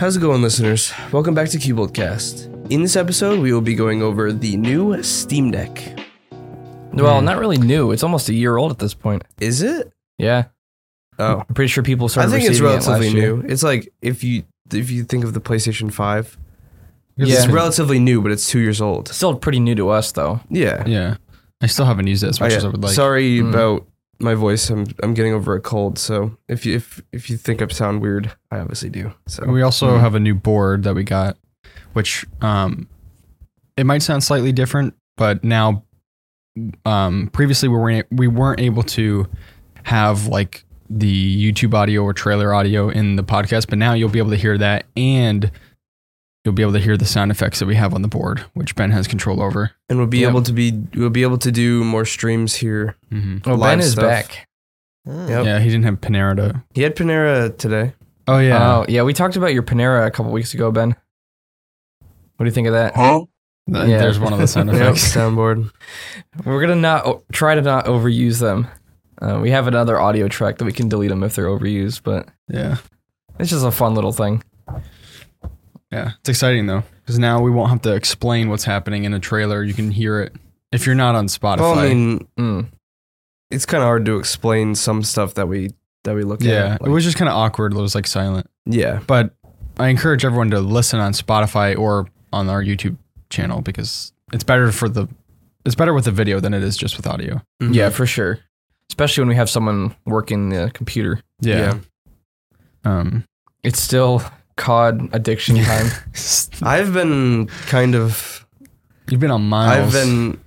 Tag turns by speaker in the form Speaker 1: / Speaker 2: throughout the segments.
Speaker 1: How's it going, listeners? Welcome back to Cuboldcast. In this episode, we will be going over the new Steam Deck.
Speaker 2: Well, not really new. It's almost a year old at this point.
Speaker 1: Is it?
Speaker 2: Yeah,
Speaker 1: Oh,
Speaker 2: I'm pretty sure people
Speaker 1: I
Speaker 2: started.
Speaker 1: think it's
Speaker 2: receiving it last
Speaker 1: relatively
Speaker 2: year.
Speaker 1: new. It's like if you if you think of the PlayStation Five,
Speaker 2: Yeah.
Speaker 1: it's relatively new, but it's two years old.
Speaker 2: Still pretty new to us though.
Speaker 1: Yeah.
Speaker 3: Yeah. I still haven't used it as
Speaker 1: Oh,
Speaker 3: much
Speaker 1: yeah.
Speaker 3: as I would like.
Speaker 1: Sorry
Speaker 2: Mm.
Speaker 1: about my voice. I'm I'm getting over a cold, so if you if if you think I sound weird, I obviously do. So
Speaker 3: We also
Speaker 2: Mhm.
Speaker 3: have a new board that we got, which um, it might sound slightly different, but now, um, previously we weren't we weren't able to have like the YouTube audio or trailer audio in the podcast, but now you'll be able to hear that and you'll be able to hear the sound effects that we have on the board, which Ben has control over.
Speaker 1: and we'll be
Speaker 3: Yep.
Speaker 1: able to be we'll be able to do more streams here.
Speaker 3: Mm-hmm.
Speaker 2: Oh,
Speaker 1: Live
Speaker 2: Ben is
Speaker 1: stuff.
Speaker 2: back.
Speaker 1: Yep.
Speaker 3: Yeah, he didn't have Panera to.
Speaker 1: He had Panera today.
Speaker 3: Oh yeah,
Speaker 2: Oh, yeah. We talked about your Panera a couple weeks ago, Ben. What do you think of that?
Speaker 3: Th-
Speaker 2: yeah.
Speaker 3: there's one of the sound
Speaker 1: Yep.
Speaker 3: effects.
Speaker 1: Soundboard.
Speaker 2: We're gonna not o- try to not overuse them. Uh, we have another audio track that we can delete them if they're overused, but
Speaker 3: yeah.
Speaker 2: it's just a fun little thing.
Speaker 3: Yeah, it's exciting though, because now we won't have to explain what's happening in a trailer. You can hear it if you're not on Spotify.
Speaker 1: Well, I mean,
Speaker 2: Mm.
Speaker 1: it's kind of hard to explain some stuff that we that we look
Speaker 3: yeah,
Speaker 1: at.
Speaker 3: it
Speaker 1: like-
Speaker 3: was just kind of awkward. It was like silent,
Speaker 1: yeah,
Speaker 3: but I encourage everyone to listen on Spotify or on our YouTube channel because it's better for the it's better with the video than it is just with audio.
Speaker 2: Yeah,
Speaker 1: Hmm.
Speaker 2: for sure. Especially when we have someone working the computer.
Speaker 1: Yeah.
Speaker 3: Um.
Speaker 2: It's still COD addiction time.
Speaker 1: I've been kind of.
Speaker 3: You've been on miles.
Speaker 1: I've been.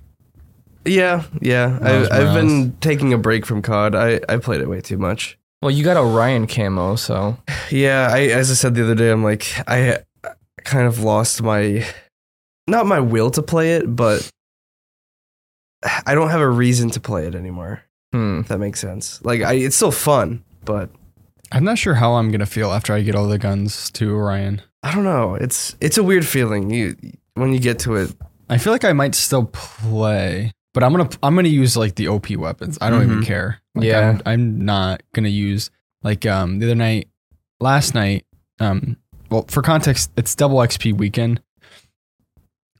Speaker 1: Yeah, yeah.
Speaker 3: Miles
Speaker 1: I, I've
Speaker 3: Morales.
Speaker 1: been taking a break from COD. I, I played it way too much.
Speaker 2: well, you got Orion camo, so
Speaker 1: Yeah, I as I said the other day, I'm like I kind of lost my, not my will to play it, but I don't have a reason to play it anymore.
Speaker 2: hmm.
Speaker 1: If that makes sense. Like I, it's still fun, but
Speaker 3: I'm not sure how I'm gonna feel after I get all the guns to Orion.
Speaker 1: I don't know. It's it's a weird feeling. You when you get to it,
Speaker 3: I feel like I might still play, but I'm gonna I'm gonna use like the OP weapons. I don't even
Speaker 1: Mhm.
Speaker 3: care. Like,
Speaker 2: Mm-hmm. Yeah.
Speaker 3: I'm, I'm not gonna use like um the other night, last night. Um, well, for context, it's double XP weekend,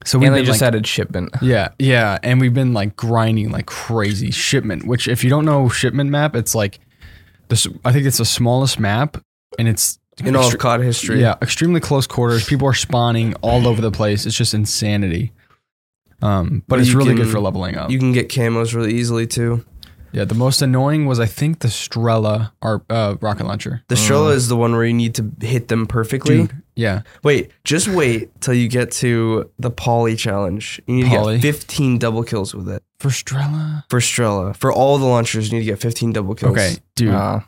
Speaker 3: so we
Speaker 2: and they just added shipment.
Speaker 3: yeah, yeah, and we've been like grinding like crazy shipment. Which, if you don't know shipment map, it's like this. I think it's the smallest map, and it's
Speaker 1: in all of
Speaker 3: extre-
Speaker 1: COD history.
Speaker 3: yeah, extremely close quarters. People are spawning all over the place. It's just insanity. Um, but
Speaker 1: But
Speaker 3: it's
Speaker 1: you
Speaker 3: really good
Speaker 1: can-
Speaker 3: for leveling up.
Speaker 1: You can get camos really easily too.
Speaker 3: yeah, the most annoying was I think the Strela or uh, rocket launcher.
Speaker 1: The Strola is the one where you need to hit them perfectly.
Speaker 3: Dude, yeah,
Speaker 1: Wait, just wait till you get to the Polly challenge. You need to
Speaker 3: Poly?
Speaker 1: get 15 double kills with it
Speaker 3: for Strela.
Speaker 1: for Strela. For all the launchers, you need to get 15 double kills.
Speaker 3: Okay, dude.
Speaker 2: Uh,
Speaker 3: all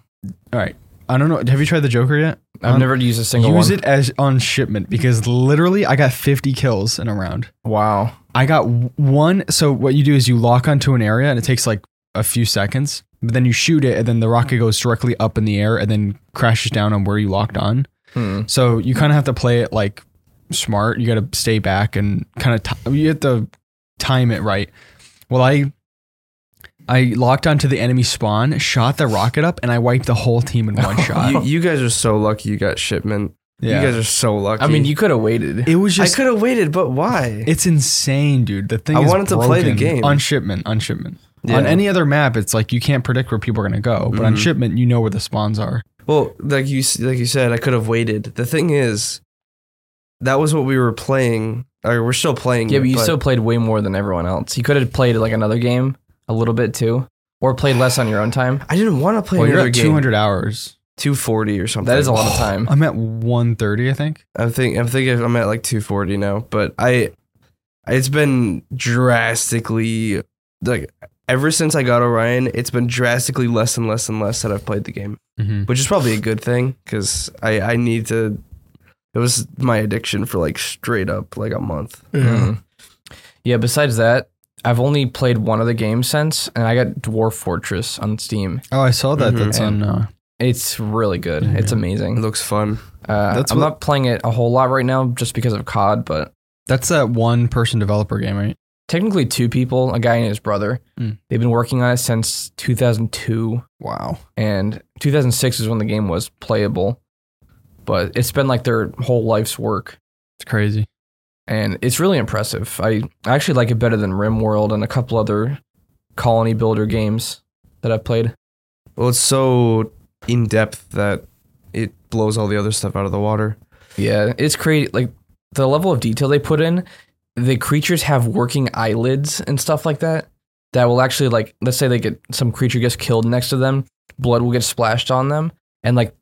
Speaker 3: right. I don't know. Have you tried the Joker yet?
Speaker 2: I've
Speaker 3: Um,
Speaker 2: never used a single
Speaker 3: Use
Speaker 2: one.
Speaker 3: it as on shipment because literally I got 50 kills in a round.
Speaker 2: Wow.
Speaker 3: I got w- one. So what you do is you lock onto an area and it takes like a few seconds, but then you shoot it and then the rocket goes directly up in the air and then crashes down on where you locked on.
Speaker 2: Hmm.
Speaker 3: So you kind of have to play it like smart. You got to stay back and kind of t- you have to time it right. Well, I I locked onto the enemy spawn, shot the rocket up, and I wiped the whole team in one shot.
Speaker 1: You, you guys are so lucky you got shipment.
Speaker 3: Uh, yeah,
Speaker 1: You guys are so lucky.
Speaker 2: I mean, you could have waited.
Speaker 3: it was
Speaker 1: I
Speaker 3: just
Speaker 1: could have waited, but why?
Speaker 3: it's insane, dude. The thing
Speaker 1: I
Speaker 3: is
Speaker 1: wanted to play the
Speaker 3: broken.
Speaker 1: game.
Speaker 3: on shipment. On shipment.
Speaker 1: Yeah.
Speaker 3: On any other map, it's like you can't predict where people are gonna go, but on
Speaker 1: Mhm.
Speaker 3: shipment, you know where the spawns are.
Speaker 1: Well, like you s- like you said, I could have waited. The thing is, that was what we were playing. Or we're still playing.
Speaker 2: Yeah,
Speaker 1: it,
Speaker 2: but you still played way more than everyone else. You could have played like another game a little bit too, or played less on your own time.
Speaker 1: I didn't want to play
Speaker 3: Well, you're
Speaker 1: another
Speaker 3: at
Speaker 1: game.
Speaker 3: 200 hours.
Speaker 1: 240 or something.
Speaker 2: That is a lot of time.
Speaker 3: I'm at 130, I think.
Speaker 1: I'm think I'm thinking I'm at like 240 now, but I it's been drastically like ever since I got Orion, it's been drastically less and less and less that I've played the game,
Speaker 3: Mm-hmm.
Speaker 1: which is probably a good thing because I I need to. It was my addiction for like straight up like a month.
Speaker 2: Hmm. Yeah. Besides that, I've only played one other game since, and I got Dwarf Fortress on Steam.
Speaker 3: Oh, I saw that.
Speaker 1: Mhm.
Speaker 3: That's on. Uh,
Speaker 2: It's really good.
Speaker 3: Yeah.
Speaker 2: It's
Speaker 1: It
Speaker 2: amazing.
Speaker 1: looks fun.
Speaker 2: Uh,
Speaker 3: That's
Speaker 2: I'm
Speaker 3: what-
Speaker 2: not playing it a whole lot right now just because of COD, but
Speaker 3: That's that one person developer game, right?
Speaker 2: technically two people, a guy and his brother,
Speaker 3: Mm.
Speaker 2: they've been working on it since 2002.
Speaker 3: Wow.
Speaker 2: and 2006 is when the game was playable. but it's been like their whole life's work.
Speaker 3: It's crazy.
Speaker 2: and it's really impressive. I I actually like it better than RimWorld and a couple other colony builder games that I've played.
Speaker 1: Well, it's so in depth that it blows all the other stuff out of the water.
Speaker 2: Yeah, it's crazy. Like the level of detail they put in, the creatures have working eyelids and stuff like that. That will actually like, let's say they get some creature gets killed next to them, blood will get splashed on them, and like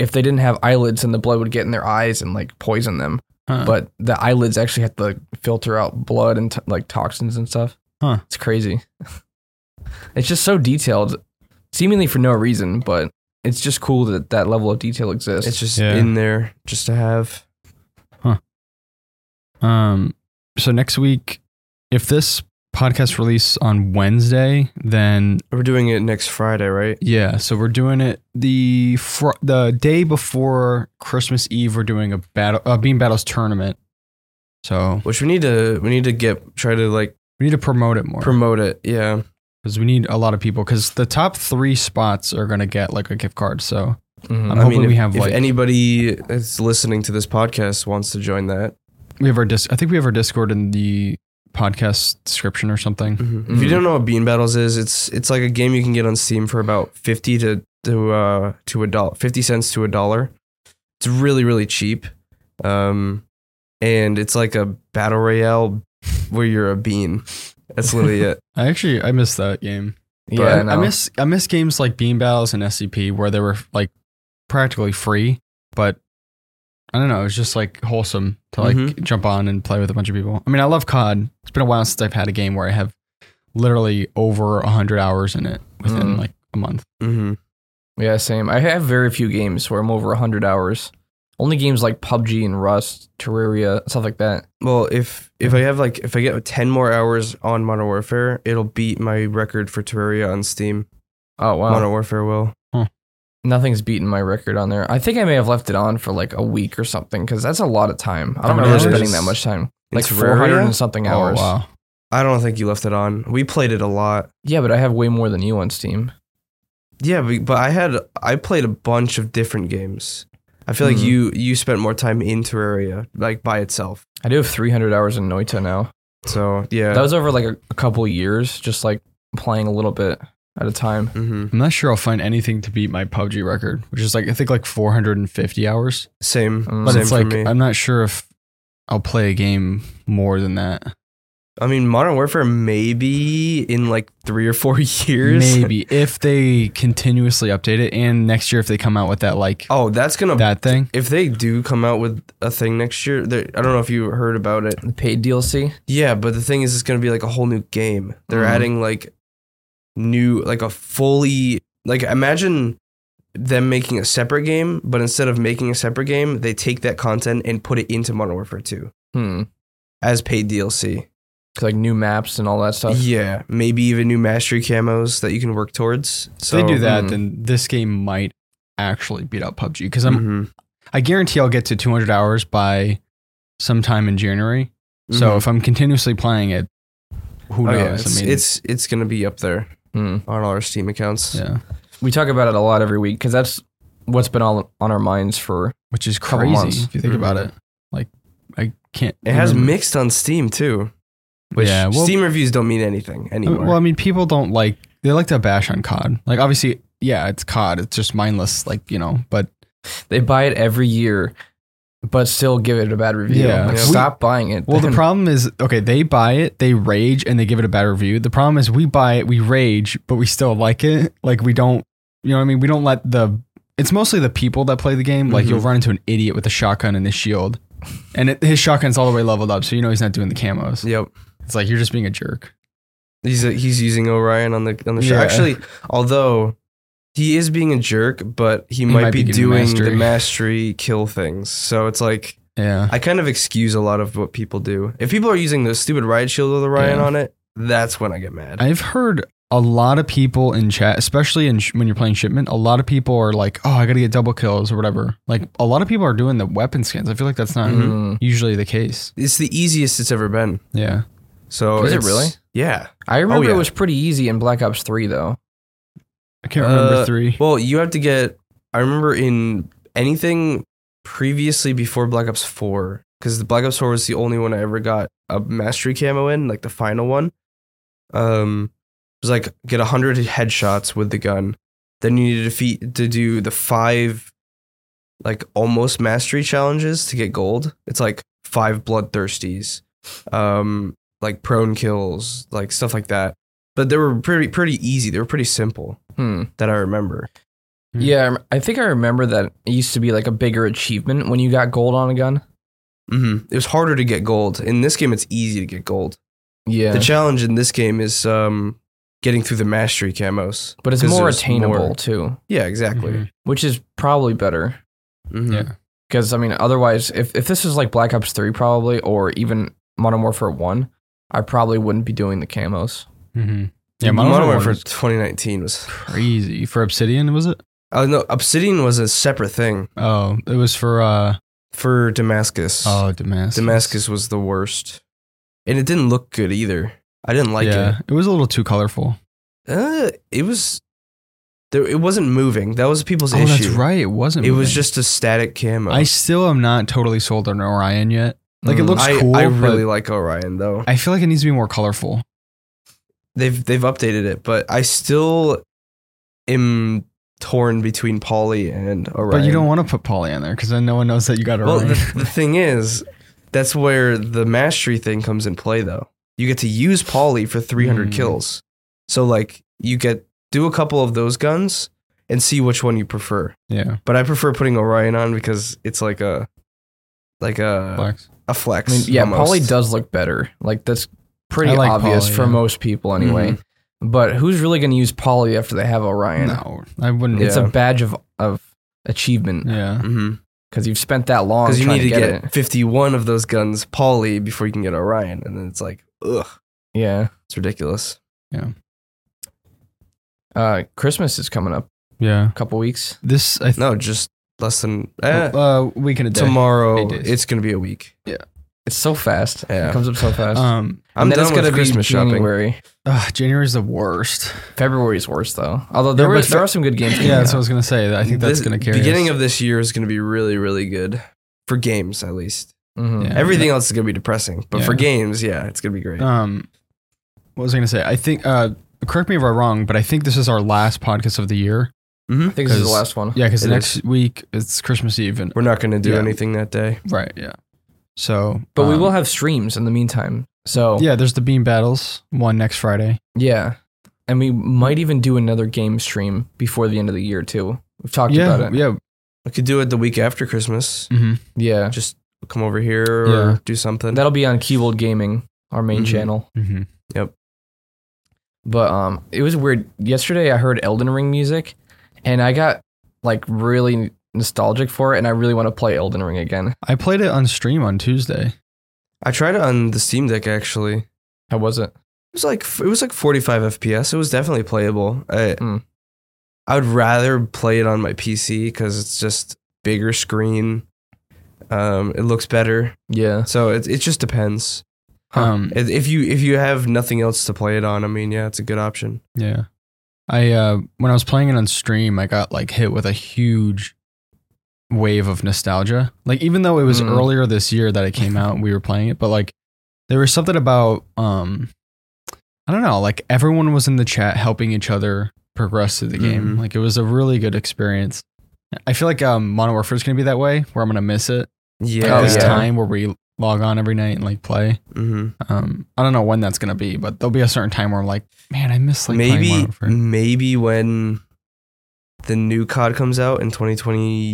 Speaker 2: if they didn't have eyelids, then the blood would get in their eyes and like poison them.
Speaker 3: Huh.
Speaker 2: But the eyelids actually have to like, filter out blood and t- like toxins and stuff.
Speaker 3: Huh.
Speaker 2: It's crazy. it's just so detailed, seemingly for no reason, but it's just cool that that level of detail exists.
Speaker 1: It's just
Speaker 3: Yeah.
Speaker 1: in there just to have.
Speaker 3: Um, so next week, if this podcast release on Wednesday, then
Speaker 1: We're doing it next Friday, right?
Speaker 3: yeah. So we're doing it the fr- the day before Christmas Eve. We're doing a battle, uh, beam battles tournament. So
Speaker 1: Which we need to we need to get try to like
Speaker 3: we need to promote it more
Speaker 1: promote it. Yeah.
Speaker 3: because we need a lot of people. Because the top three spots are gonna get like a gift card. So
Speaker 2: Mhm.
Speaker 3: I'm hoping
Speaker 1: if,
Speaker 3: we have
Speaker 1: if
Speaker 3: like
Speaker 1: anybody that's listening to this podcast wants to join that.
Speaker 3: we have our dis- I think we have our Discord in the podcast description or something.
Speaker 1: If you
Speaker 2: Mhm.
Speaker 1: don't know what Bean Battles is, it's it's like a game you can get on Steam for about fifty to to uh to a dollar, fifty cents to a dollar. It's really really cheap, um, and it's like a battle royale where you're a bean. That's literally it.
Speaker 3: I actually I missed that game.
Speaker 2: yeah,
Speaker 3: I, I
Speaker 2: no.
Speaker 3: miss I miss games like Bean Battles and SCP where they were like practically free, but I don't know. It was just like wholesome to like
Speaker 1: Mhm.
Speaker 3: jump on and play with a bunch of people. I mean, I love COD. It's been a while since I've had a game where I have literally over hundred hours in it within
Speaker 2: Mm.
Speaker 3: like a month.
Speaker 1: Mm-hmm.
Speaker 2: Yeah, same. I have very few games where I'm over 100 hours. Only games like PUBG and Rust, Terraria, stuff like that.
Speaker 1: Well, if if I have like if I get ten more hours on Modern Warfare, it'll beat my record for Terraria on Steam.
Speaker 2: Oh, wow.
Speaker 1: Modern Warfare will.
Speaker 2: Nothing's beaten my record on there. I think I may have left it on for like a week or something because that's a lot of time. I
Speaker 1: How
Speaker 2: don't
Speaker 1: many
Speaker 2: remember
Speaker 1: hours?
Speaker 2: spending that much time.
Speaker 1: In
Speaker 2: Like
Speaker 1: Terraria?
Speaker 2: 400 and something hours.
Speaker 3: Oh wow!
Speaker 1: I don't think you left it on. We played it a lot.
Speaker 2: Yeah, but I have way more than you on Steam.
Speaker 1: Yeah, but, but I had I played a bunch of different games. I feel
Speaker 2: Mhm.
Speaker 3: Mm-hmm.
Speaker 1: like you you spent more time in Terraria like by itself.
Speaker 2: I do have 300 hours in Noita now.
Speaker 1: So yeah,
Speaker 2: That was over like a, a couple years, just like playing a little bit at a time.
Speaker 1: hmm
Speaker 3: I'm not sure I'll find anything to beat my PUBG record, which is like I think like 450 hours.
Speaker 1: same.
Speaker 2: Mm.
Speaker 3: But
Speaker 1: Same
Speaker 3: it's
Speaker 1: for
Speaker 3: like
Speaker 1: me.
Speaker 3: I'm not sure if I'll play a game more than that.
Speaker 1: I mean, Modern Warfare maybe in like three or four years.
Speaker 3: Maybe if they continuously update it, and next year if they come out with that like
Speaker 1: Oh, that's gonna.
Speaker 3: that thing.
Speaker 1: if they do come out with a thing next year, they- I don't know if you heard about it.
Speaker 2: The paid DLC?
Speaker 1: Yeah, but the thing is, it's gonna be like a whole new game. They're
Speaker 3: Mm-hmm.
Speaker 2: Mhm.
Speaker 1: adding like new, like a fully like imagine them making a separate game, but instead of making a separate game, they take that content and put it into Modern Warfare Two
Speaker 2: Hmm.
Speaker 1: as paid DLC.
Speaker 2: 'Cause, Like new maps and all that stuff.
Speaker 1: yeah, maybe even new mastery camos that you can work towards.
Speaker 3: If
Speaker 1: So hmm.
Speaker 3: they do that,
Speaker 2: mm.
Speaker 3: then this game might actually beat out PUBG because I'm
Speaker 1: Mhm,
Speaker 3: I guarantee I'll get to 200 hours by sometime in January. So
Speaker 1: mhm.
Speaker 3: if I'm continuously playing it, who
Speaker 1: Oh,
Speaker 3: knows?
Speaker 1: yeah, it's,
Speaker 3: I mean,
Speaker 1: it's it's gonna be up there
Speaker 2: Hmm.
Speaker 1: on all our Steam accounts.
Speaker 3: yeah,
Speaker 2: we talk about it a lot every week because that's what's been all on our minds for
Speaker 3: which is
Speaker 2: Couple
Speaker 3: crazy
Speaker 2: months.
Speaker 3: if you think about
Speaker 1: Mhm.
Speaker 3: it. Like I can't.
Speaker 1: It has
Speaker 3: remember-
Speaker 1: mixed on Steam too, which
Speaker 3: Mm-hmm. Yeah, well-
Speaker 1: Steam reviews don't mean anything
Speaker 3: I mean,
Speaker 1: anymore.
Speaker 3: Well, I mean, people don't like they like to bash on COD. Like obviously, yeah, it's COD. It's just mindless. Like you know, but
Speaker 2: they buy it every year but still give it a bad review
Speaker 3: Yeah.
Speaker 2: like
Speaker 1: Yeah.
Speaker 2: stop buying it
Speaker 3: Well, the
Speaker 2: then.
Speaker 3: problem is, okay, they buy it, they rage, and they give it a bad review. The problem is, we buy it, we rage, but we still like it. Like we don't, you know, what I mean, we don't let the. It's mostly the people that play the game. Like you'll run into an idiot with a shotgun and a shield, and it, his shotgun's all the way leveled up, so you know he's not doing the camos.
Speaker 1: yep.
Speaker 3: It's like you're just being a jerk.
Speaker 1: He's he's using Orion on the on the show.
Speaker 3: Yeah.
Speaker 1: Actually, although he is being a jerk, but he, might,
Speaker 3: might
Speaker 1: be,
Speaker 3: be getting
Speaker 1: doing
Speaker 3: mastery.
Speaker 1: the mastery kill things. So it's like
Speaker 3: Yeah,
Speaker 1: I kind of excuse a lot of what people do. If people are using the stupid riot shield with Orion
Speaker 3: Yeah.
Speaker 1: on it, that's when I get mad.
Speaker 3: I've heard a lot of people in chat, especially in sh- when you're playing shipment. A lot of people are like, "Oh, I got to get double kills or whatever." Like a lot of people are doing the weapon skins. I feel like that's not
Speaker 1: Mhm.
Speaker 2: Mm.
Speaker 3: usually the case.
Speaker 1: it's the easiest it's ever been.
Speaker 3: Yeah.
Speaker 1: So
Speaker 2: Is it
Speaker 1: it's-
Speaker 2: really?
Speaker 1: Yeah.
Speaker 3: Oh,
Speaker 2: i remember
Speaker 1: yeah.
Speaker 2: it was pretty easy in black ops 3 though
Speaker 3: I can't remember
Speaker 1: Uh,
Speaker 3: three.
Speaker 1: Well, you have to get. I remember in anything previously before Black Ops 4 because the Black Ops 4 was the only one I ever got a mastery camo in, like the final one. Um, it was like get 100 headshots with the gun. Then you need to defeat to do the five like almost mastery challenges to get gold. It's like five bloodthirsties, um, like prone kills, like stuff like that. But they were pretty pretty easy. They were pretty simple
Speaker 2: Hmm.
Speaker 1: that I remember.
Speaker 3: Hmm.
Speaker 2: Yeah, I rem- I think I remember that it used to be like a bigger achievement when you got gold on a gun.
Speaker 1: hmm
Speaker 3: Mm-hmm.
Speaker 1: It was harder to get gold. In this game, it's easy to get gold.
Speaker 2: Yeah,
Speaker 1: The challenge in this game is um, getting through the mastery camos.
Speaker 2: but it's
Speaker 1: 'Cause
Speaker 2: more
Speaker 1: there's
Speaker 2: attainable
Speaker 1: more.
Speaker 2: too,
Speaker 1: Yeah, exactly.
Speaker 3: Mhm.
Speaker 2: which is probably better.
Speaker 1: Mhm.
Speaker 3: Yeah.
Speaker 2: Because I mean, otherwise, if if this was like Black Ops Three, probably, or even Modern Warfare One, I probably wouldn't be doing the camos.
Speaker 1: Mm-hmm.
Speaker 3: Mhm. Yeah,
Speaker 1: Modern, Warfare,
Speaker 3: Warfare was
Speaker 1: 2019 was.
Speaker 3: crazy for Obsidian, was it?
Speaker 1: Oh no, Obsidian was a separate thing
Speaker 3: Oh, it was for uh
Speaker 1: for Damascus.
Speaker 3: oh Damascus.
Speaker 1: Damascus was the worst, and it didn't look good either. I didn't like
Speaker 3: yeah, it. was a little too colorful.
Speaker 1: it. Uh, it was there. It wasn't moving. That was people's
Speaker 3: Oh,
Speaker 1: issue.
Speaker 3: that's right. It wasn't.
Speaker 1: It was
Speaker 3: moving.
Speaker 1: just a static camo.
Speaker 3: I still am not totally sold on Orion yet. Like it
Speaker 2: Mm.
Speaker 3: looks
Speaker 1: I,
Speaker 3: cool.
Speaker 1: I
Speaker 3: but
Speaker 1: really like Orion though.
Speaker 3: I feel like it needs to be more colorful.
Speaker 1: they've they've updated it, but I still am torn between Polly and Orion.
Speaker 3: But you don't want to put Polly in there because then no one knows that you got
Speaker 1: Well,
Speaker 3: Orion.
Speaker 1: the, the thing is, that's where the mastery thing comes in play, though. You get to use Polly for 300
Speaker 3: Hmm.
Speaker 1: kills. So, like, you get do a couple of those guns and see which one you prefer.
Speaker 3: yeah,
Speaker 1: But I prefer putting Orion on because it's like a like a
Speaker 3: blacks.
Speaker 1: a
Speaker 2: I
Speaker 1: flex.
Speaker 2: mean, yeah,
Speaker 1: almost.
Speaker 2: Polly does look better. Like that's pretty
Speaker 3: I like
Speaker 2: obvious
Speaker 3: Polly,
Speaker 2: for
Speaker 3: yeah.
Speaker 2: most people, anyway.
Speaker 1: Mm-hmm.
Speaker 2: But who's really going to use Polly after they have Orion?
Speaker 3: No, I wouldn't.
Speaker 2: It's
Speaker 1: Yeah.
Speaker 2: a badge of of achievement
Speaker 3: Yeah,
Speaker 1: Mhm.
Speaker 2: because you've spent that long.
Speaker 1: Because you
Speaker 2: trying
Speaker 1: need to
Speaker 2: get,
Speaker 1: get,
Speaker 2: it.
Speaker 1: 51 of those guns Polly before you can get Orion, and then it's like, ugh,
Speaker 2: Yeah.
Speaker 1: it's ridiculous.
Speaker 2: Uh, Christmas is coming up
Speaker 3: yeah.
Speaker 2: a couple weeks.
Speaker 3: This I th-
Speaker 1: No, just less than eh,
Speaker 3: uh weekend a day.
Speaker 1: tomorrow.
Speaker 3: Eight days.
Speaker 1: It's gonna be a week.
Speaker 2: It's so fast.
Speaker 1: Yeah.
Speaker 2: It comes up so fast.
Speaker 3: Um,
Speaker 1: I'm
Speaker 2: then
Speaker 1: done
Speaker 2: it's
Speaker 1: with
Speaker 2: gonna be
Speaker 1: Christmas shopping.
Speaker 2: January.
Speaker 3: ugh, January's the worst.
Speaker 2: February's worse though. Although there
Speaker 3: Yeah,
Speaker 2: were
Speaker 3: but-
Speaker 2: there are some good games.
Speaker 3: Yeah,
Speaker 2: coming
Speaker 3: that's what I
Speaker 2: out.
Speaker 3: was gonna say. I think that's
Speaker 1: This-
Speaker 3: gonna carry.
Speaker 1: Beginning
Speaker 3: us.
Speaker 1: of this year is gonna be really, really good for games, at least.
Speaker 2: Mhm.
Speaker 3: Yeah.
Speaker 1: Everything else is gonna be depressing, but for
Speaker 3: Yeah.
Speaker 1: games, yeah, it's gonna be great.
Speaker 3: Um, what was I gonna say? I think. Uh, correct me if I'm wrong, but I think this is our last podcast of the year.
Speaker 2: I think this is the
Speaker 3: 'Cause-
Speaker 2: last one.
Speaker 3: Yeah, because
Speaker 1: It
Speaker 3: next week it's Christmas Eve, and
Speaker 1: We're not gonna do
Speaker 3: Yeah.
Speaker 1: anything that day.
Speaker 3: right, yeah. So,
Speaker 2: But we
Speaker 3: um,
Speaker 2: will have streams in the meantime. So yeah.
Speaker 3: Yeah, there's the beam battles one next Friday.
Speaker 2: And we might even do another game stream before the end of the year too. We've talked
Speaker 3: yeah,
Speaker 2: about it.
Speaker 3: yeah.
Speaker 1: I could do it the week after Christmas.
Speaker 3: Mm-hmm.
Speaker 2: Yeah.
Speaker 1: Just come over here or
Speaker 3: Yeah.
Speaker 1: do something.
Speaker 2: That'll be on Keyboard Gaming, our main
Speaker 1: Mhm.
Speaker 2: channel.
Speaker 3: Mm-hmm.
Speaker 2: But um, it was weird. Yesterday, I heard Elden Ring music, and I got like really nostalgic for it, and I really want to play Elden Ring again.
Speaker 3: I played it on stream on Tuesday.
Speaker 1: I tried it on the Steam Deck actually. It
Speaker 2: How was it?
Speaker 1: was like it was like 45 FPS. It was definitely playable. I,
Speaker 2: Mm.
Speaker 1: I would rather play it on my PC because it's just bigger screen. Um, it looks better.
Speaker 2: Yeah,
Speaker 1: So it it just depends.
Speaker 2: Huh.
Speaker 3: Um,
Speaker 1: If if you if you have nothing else to play it on, I mean, yeah, it's a good option.
Speaker 3: yeah. I uh, when I was playing it on stream, I got like hit with a huge wave of nostalgia. Like even though it was
Speaker 1: Mm-hmm.
Speaker 2: Mm.
Speaker 3: earlier this year that it came out and we were playing it, but like there was something about um I don't know, like everyone was in the chat helping each other progress through the game.
Speaker 1: Mhm.
Speaker 3: Like it was a really good experience. I feel like um Modern Warfare is going to be that way where I'm going to miss it. Like,
Speaker 1: Yeah,
Speaker 2: Oh,
Speaker 3: this
Speaker 2: yeah.
Speaker 3: time where we log on every night and like play.
Speaker 1: hmm
Speaker 3: Um, I don't know when that's gonna be, but there'll be a certain time where I'm like, man, I miss like playing
Speaker 1: maybe
Speaker 3: Modern Warfare."
Speaker 1: maybe when the new COD comes out in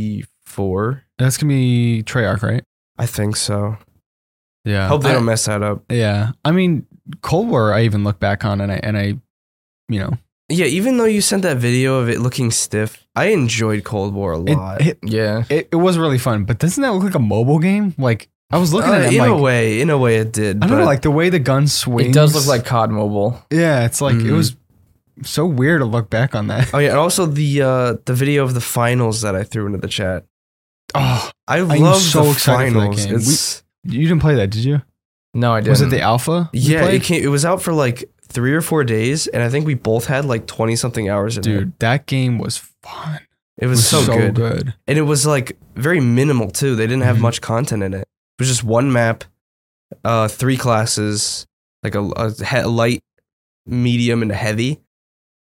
Speaker 1: 2024,
Speaker 3: that's gonna be Treyarch, right?
Speaker 1: I think so.
Speaker 3: Yeah.
Speaker 1: Hope they
Speaker 3: I-
Speaker 1: don't mess that up.
Speaker 3: Yeah, I mean, Cold War. I even look back on and I and I, you know,
Speaker 1: Yeah, even though you sent that video of it looking stiff, I enjoyed Cold War a lot.
Speaker 3: it, it,
Speaker 2: yeah.
Speaker 3: it it was really fun. But doesn't that look like a mobile game? Like I was looking
Speaker 1: Uh,
Speaker 3: at it, I'm
Speaker 1: in a
Speaker 3: like,
Speaker 1: way, in a way, it did.
Speaker 3: I don't
Speaker 1: but
Speaker 3: know, like the way the gun swings.
Speaker 2: It does look like COD Mobile.
Speaker 3: Yeah, it's like it
Speaker 1: Mhm.
Speaker 3: was so weird to look back on that.
Speaker 1: oh yeah, and also the uh, the video of the finals that I threw into the chat.
Speaker 3: Oh,
Speaker 1: I
Speaker 3: am
Speaker 1: love
Speaker 3: so
Speaker 1: the
Speaker 3: excited for that
Speaker 1: finals.
Speaker 3: game. We-
Speaker 1: It's
Speaker 3: you didn't play that, did you?
Speaker 2: No, I didn't.
Speaker 3: Was it the alpha? you
Speaker 1: Yeah,
Speaker 3: played?
Speaker 1: it came, it was out for like three or four days, and I think we both had like twenty something hours in it.
Speaker 3: dude, that game was fun.
Speaker 1: It was, so, good. and it was like very minimal too. They didn't have
Speaker 3: Mhm.
Speaker 1: much content in it. It was just one map, uh, three classes, like a, a he- light, medium, and a heavy,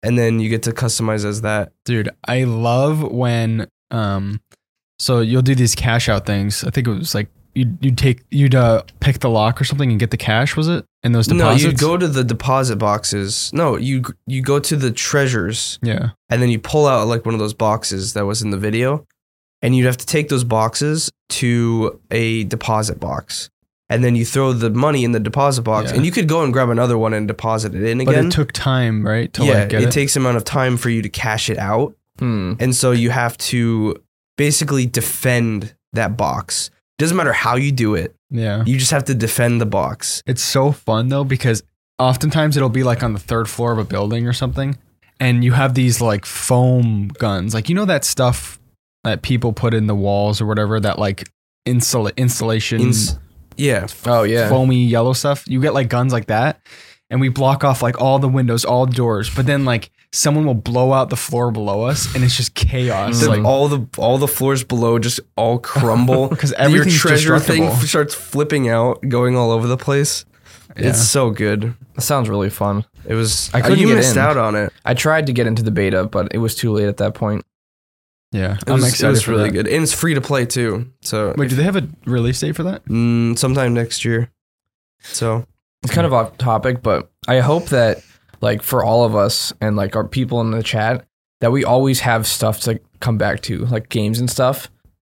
Speaker 1: and then you get to customize as that.
Speaker 3: Dude, I love when um so you'll do these cash out things. I think it was like you'd you'd take you'd uh pick the lock or something and get the cash, was it? And those deposits.
Speaker 1: No, you go to the deposit boxes. No, you you go to the treasures,
Speaker 3: Yeah.
Speaker 1: and then you pull out like one of those boxes that was in the video, and you'd have to take those boxes to a deposit box. And then you throw the money in the deposit box,
Speaker 3: Yeah.
Speaker 1: and you could go and grab another one and deposit it in
Speaker 3: But
Speaker 1: again.
Speaker 3: it took time, right? To
Speaker 1: yeah,
Speaker 3: like get
Speaker 1: it,
Speaker 3: it.
Speaker 1: takes an amount of time for you to cash it out,
Speaker 2: Hmm.
Speaker 1: and so you have to basically defend that box. Doesn't matter how you do it,
Speaker 3: yeah.
Speaker 1: you just have to defend the box.
Speaker 3: It's so fun though because oftentimes it'll be like on the third floor of a building or something, and you have these like foam guns, like you know that stuff that people put in the walls or whatever, that like insula- insulation,
Speaker 1: Ins- yeah,
Speaker 2: Oh yeah.
Speaker 3: foamy yellow stuff. You get like guns like that, and we block off like all the windows, all the doors, but then like someone will blow out the floor below us, and it's just chaos.
Speaker 1: The-
Speaker 3: like
Speaker 1: all the all the floors below just all crumble
Speaker 3: 'Cause
Speaker 1: your
Speaker 3: everything's
Speaker 1: treasure thing
Speaker 3: destructible.
Speaker 1: f- starts flipping out, going all over the place.
Speaker 3: Yeah.
Speaker 1: It's so good.
Speaker 2: That sounds really fun.
Speaker 1: It was.
Speaker 2: I couldn't
Speaker 1: you
Speaker 2: get
Speaker 1: missed
Speaker 2: in.
Speaker 1: out on it.
Speaker 2: I tried to get into the beta, but it was too late at that point.
Speaker 3: yeah,
Speaker 1: It
Speaker 3: I'm
Speaker 1: was, it
Speaker 3: excited.
Speaker 1: was
Speaker 3: for
Speaker 1: really
Speaker 3: that.
Speaker 1: good, and it's free to play too. So
Speaker 3: Wait, do they have a release date for that?
Speaker 1: mm, sometime next year. So
Speaker 2: It's kind of off topic, but I hope that like for all of us and like our people in the chat that we always have stuff to come back to, like games and stuff.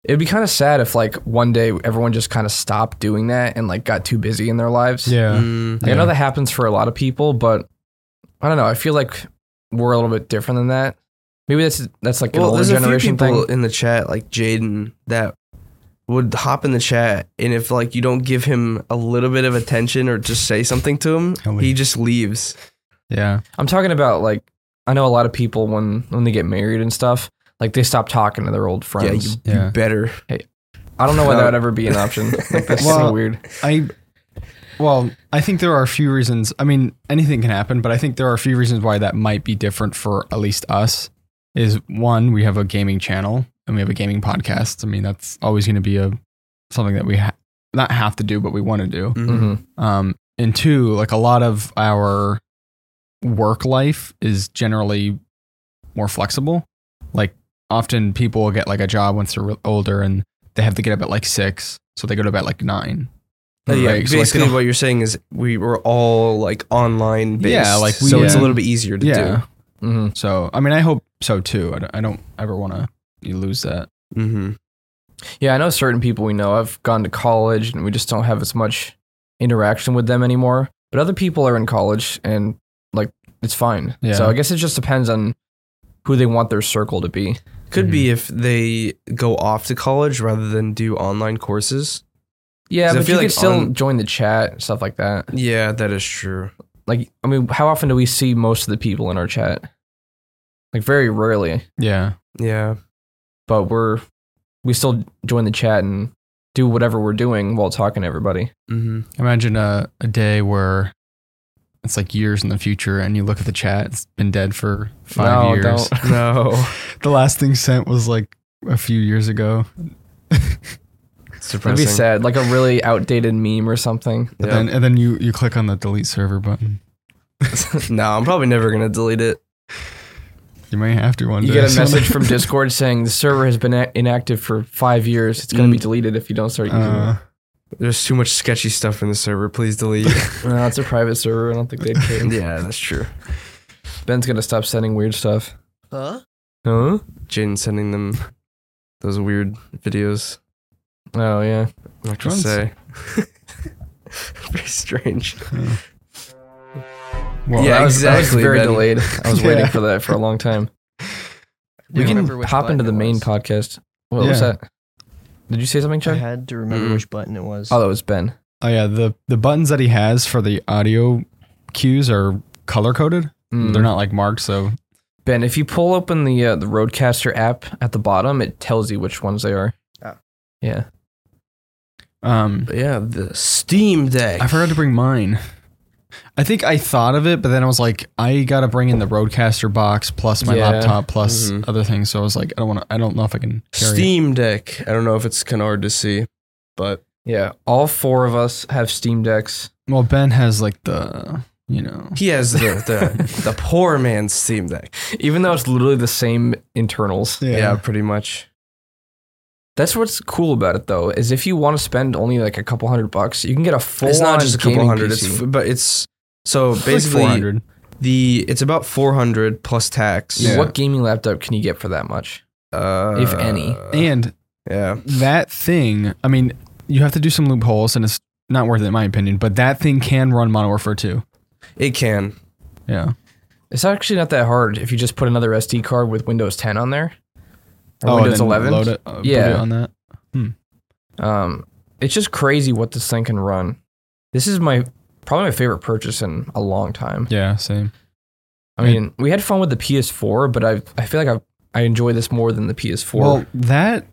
Speaker 2: It'd be kind of sad if like one day everyone just kind of stopped doing that and like got too busy in their lives.
Speaker 3: Yeah.
Speaker 1: mm,
Speaker 2: Like, I
Speaker 3: Yeah.
Speaker 2: know that happens for a lot of people, but I don't know. I feel like we're a little bit different than that. Maybe that's that's like
Speaker 1: well,
Speaker 2: an older
Speaker 1: there's a few
Speaker 2: generation
Speaker 1: people
Speaker 2: thing.
Speaker 1: in the chat like Jaden that would hop in the chat, and if like you don't give him a little bit of attention or just say something to him,
Speaker 3: He'll
Speaker 1: he
Speaker 3: leave.
Speaker 1: just leaves.
Speaker 3: Yeah.
Speaker 2: I'm talking about like I know a lot of people when when they get married and stuff, like they stop talking to their old friends.
Speaker 1: Yeah, you,
Speaker 3: Yeah.
Speaker 1: you better.
Speaker 2: I don't know
Speaker 1: No.
Speaker 2: whether that would ever be an option. Like, that's so
Speaker 3: Well,
Speaker 2: weird.
Speaker 3: I well, I think there are a few reasons. I mean, anything can happen, but I think there are a few reasons why that might be different for at least us. Is one, we have a gaming channel and we have a gaming podcast. I mean, that's always going to be a something that we ha- not have to do, but we want to do.
Speaker 1: mm-hmm.
Speaker 2: hmm
Speaker 3: Um, and two, like a lot of our work life is generally more flexible. Like often people will get like a job once they're older and they have to get up at like six, so they go to bed at like nine.
Speaker 1: Uh, yeah,
Speaker 3: Right, so, like,
Speaker 1: basically
Speaker 3: they don't-
Speaker 1: what you're saying is we were all like online based.
Speaker 3: Yeah, like,
Speaker 1: so it's a
Speaker 3: yeah.
Speaker 1: little bit easier to
Speaker 2: hmm
Speaker 3: So, I mean, I hope so too. I don't, I don't ever want to lose that.
Speaker 1: do. Mm-hmm.
Speaker 2: Yeah, I know certain people we know have gone to college and we just don't have as much interaction with them anymore. But other people are in college and like it's fine.
Speaker 3: Yeah.
Speaker 2: So I guess it just depends on who they want their circle to be.
Speaker 1: Could
Speaker 3: Mm-hmm.
Speaker 1: be if they go off to college rather than do online courses.
Speaker 2: Yeah,
Speaker 1: 'Cause I
Speaker 2: but you
Speaker 1: feel
Speaker 2: can
Speaker 1: like
Speaker 2: still
Speaker 1: on-
Speaker 2: join the chat, stuff like that.
Speaker 1: Yeah, that is true.
Speaker 2: Like, I mean, how often do we see most of the people in our chat? Like, very rarely.
Speaker 3: Yeah.
Speaker 1: Yeah.
Speaker 2: But we're we still join the chat and do whatever we're doing while talking to everybody.
Speaker 1: Mm-hmm.
Speaker 3: Imagine a, a day where it's like years in the future and you look at the chat, it's been dead
Speaker 2: No,
Speaker 3: for five years.
Speaker 2: don't.
Speaker 1: No,
Speaker 3: The last thing sent was like a few years ago.
Speaker 1: it's
Speaker 2: It'd be
Speaker 1: depressing.
Speaker 2: sad, like a really outdated meme or something.
Speaker 3: But
Speaker 1: Yeah.
Speaker 3: then, and then you, you click on the delete server button.
Speaker 1: no, I'm probably never gonna delete it.
Speaker 3: You may have to one
Speaker 2: You
Speaker 3: day.
Speaker 2: get a message from Discord saying the server has been a- inactive for five years. It's going to be
Speaker 1: Mm.
Speaker 2: deleted if you don't start using
Speaker 3: Uh,
Speaker 1: There's too much sketchy stuff in the server. Please delete.
Speaker 2: it. No, it's a private server. I don't think they'd care.
Speaker 1: yeah, that's true.
Speaker 2: Ben's going to stop sending weird stuff.
Speaker 1: Huh?
Speaker 2: Huh?
Speaker 1: Jane sending them those weird videos.
Speaker 2: Oh, yeah.
Speaker 1: I can
Speaker 3: ones?
Speaker 1: say. Very strange.
Speaker 3: well,
Speaker 1: Yeah,
Speaker 2: that was, that was
Speaker 1: exactly,
Speaker 2: very
Speaker 1: Ben.
Speaker 2: delayed. I was
Speaker 3: Yeah.
Speaker 2: waiting for that for a long time.
Speaker 3: We
Speaker 2: We
Speaker 3: don't
Speaker 2: can
Speaker 4: remember which
Speaker 2: hop into
Speaker 4: button
Speaker 2: the
Speaker 4: it
Speaker 2: main
Speaker 4: was.
Speaker 2: podcast. What was
Speaker 3: Yeah.
Speaker 2: that? Did you say something,
Speaker 4: I
Speaker 2: Chuck?
Speaker 4: had to remember
Speaker 1: Mm-mm.
Speaker 4: which button it was.
Speaker 2: Oh, that was Ben.
Speaker 3: oh yeah, the, the buttons that he has for the audio cues are color coded.
Speaker 2: Mm.
Speaker 3: They're not like marked, so
Speaker 2: Ben, if you pull open the uh, the Roadcaster app at the bottom, it tells you which ones they are.
Speaker 4: Oh.
Speaker 2: Yeah.
Speaker 3: um,
Speaker 1: But yeah, the Steam Deck.
Speaker 3: I forgot to bring mine. I think I thought of it, but then I was like, I gotta bring in the Roadcaster box plus my
Speaker 2: Yeah. Mm-hmm.
Speaker 3: laptop plus
Speaker 1: Mhm.
Speaker 3: other things. So I was like, I don't want to. I don't know if I can. Carry it.
Speaker 1: Steam Deck. I don't know if it's kind of hard to see, but
Speaker 2: Yeah, all four of us have Steam Decks.
Speaker 3: Well, Ben has like the you know.
Speaker 1: he has the the, the poor man's Steam Deck.
Speaker 2: Even though it's literally the same internals.
Speaker 1: Yeah, pretty much.
Speaker 2: That's what's cool about it though, is if you want to spend only like a couple hundred bucks, you can get a full
Speaker 1: it's not just a couple hundred. It's f- but it's so basically
Speaker 3: like 400.
Speaker 1: the it's about four hundred plus tax.
Speaker 3: Yeah.
Speaker 2: What gaming laptop can you get for that much?
Speaker 1: Uh,
Speaker 2: If any.
Speaker 3: and
Speaker 1: Yeah.
Speaker 3: that thing. I mean, you have to do some loopholes, and it's not worth it in my opinion. But that thing can run Modern Warfare 2.
Speaker 1: It can.
Speaker 3: Yeah.
Speaker 2: It's actually not that hard if you just put another SD card with Windows 10 on there. Or
Speaker 3: Oh, and
Speaker 2: Windows
Speaker 3: then
Speaker 2: 11.
Speaker 3: Load it, uh, boot
Speaker 2: Yeah.
Speaker 3: it on that.
Speaker 2: Um, it's just crazy what this thing can run. This is my probably my favorite purchase in a long time.
Speaker 3: Yeah. Same.
Speaker 2: I mean, we had fun with the PS4, but I I feel like I I enjoy this more than the PS4.
Speaker 3: Well, that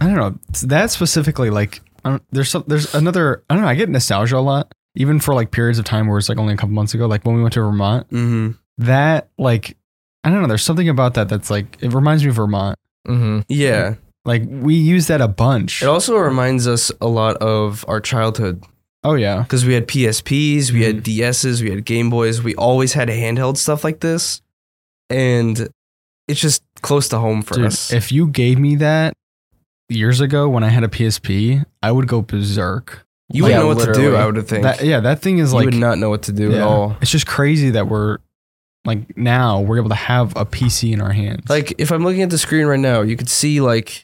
Speaker 3: I don't know. That specifically, like, I don't, there's some, there's another. I don't know. I get nostalgia a lot, even for like periods of time where it's like only a couple months ago. Like when we went to Vermont,
Speaker 1: Mm-hmm.
Speaker 3: that like I don't know. There's something about that that's like it reminds me of Vermont.
Speaker 2: hmm
Speaker 1: Yeah.
Speaker 3: Like we use that a bunch.
Speaker 1: It also reminds us a lot of our childhood
Speaker 3: Oh yeah,
Speaker 1: because we had PSPs, we
Speaker 2: Mm.
Speaker 1: had DSs, we had Game Boys. We always had handheld stuff like this, and it's just close to home for
Speaker 3: dude.
Speaker 1: us.
Speaker 3: If you gave me that years ago when I had a PSP, I would go berserk.
Speaker 1: you wouldn't
Speaker 2: Yeah,
Speaker 1: know what to do.
Speaker 2: literally.
Speaker 1: I would think
Speaker 3: That, yeah, that thing is
Speaker 1: you
Speaker 3: like
Speaker 1: would not know what to do at
Speaker 3: yeah.
Speaker 1: all.
Speaker 3: It's just crazy that we're like now we're able to have a PC in our hands.
Speaker 1: Like if I'm looking at the screen right now, you could see like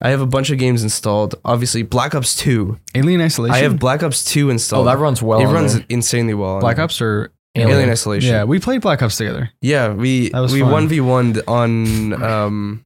Speaker 1: I have a bunch of games installed. Obviously, Black Ops Two.
Speaker 3: Alien Isolation.
Speaker 1: I have Black Ops Two
Speaker 2: Oh,
Speaker 1: installed.
Speaker 2: that runs well.
Speaker 1: it
Speaker 2: on
Speaker 1: runs
Speaker 2: there.
Speaker 1: insanely well. on
Speaker 3: Black Ops or
Speaker 1: Alien,
Speaker 2: Alien.
Speaker 1: Isolation.
Speaker 3: yeah, we played Black Ops together.
Speaker 1: Yeah, we
Speaker 3: That was
Speaker 1: we
Speaker 3: fun.
Speaker 1: one v one on um,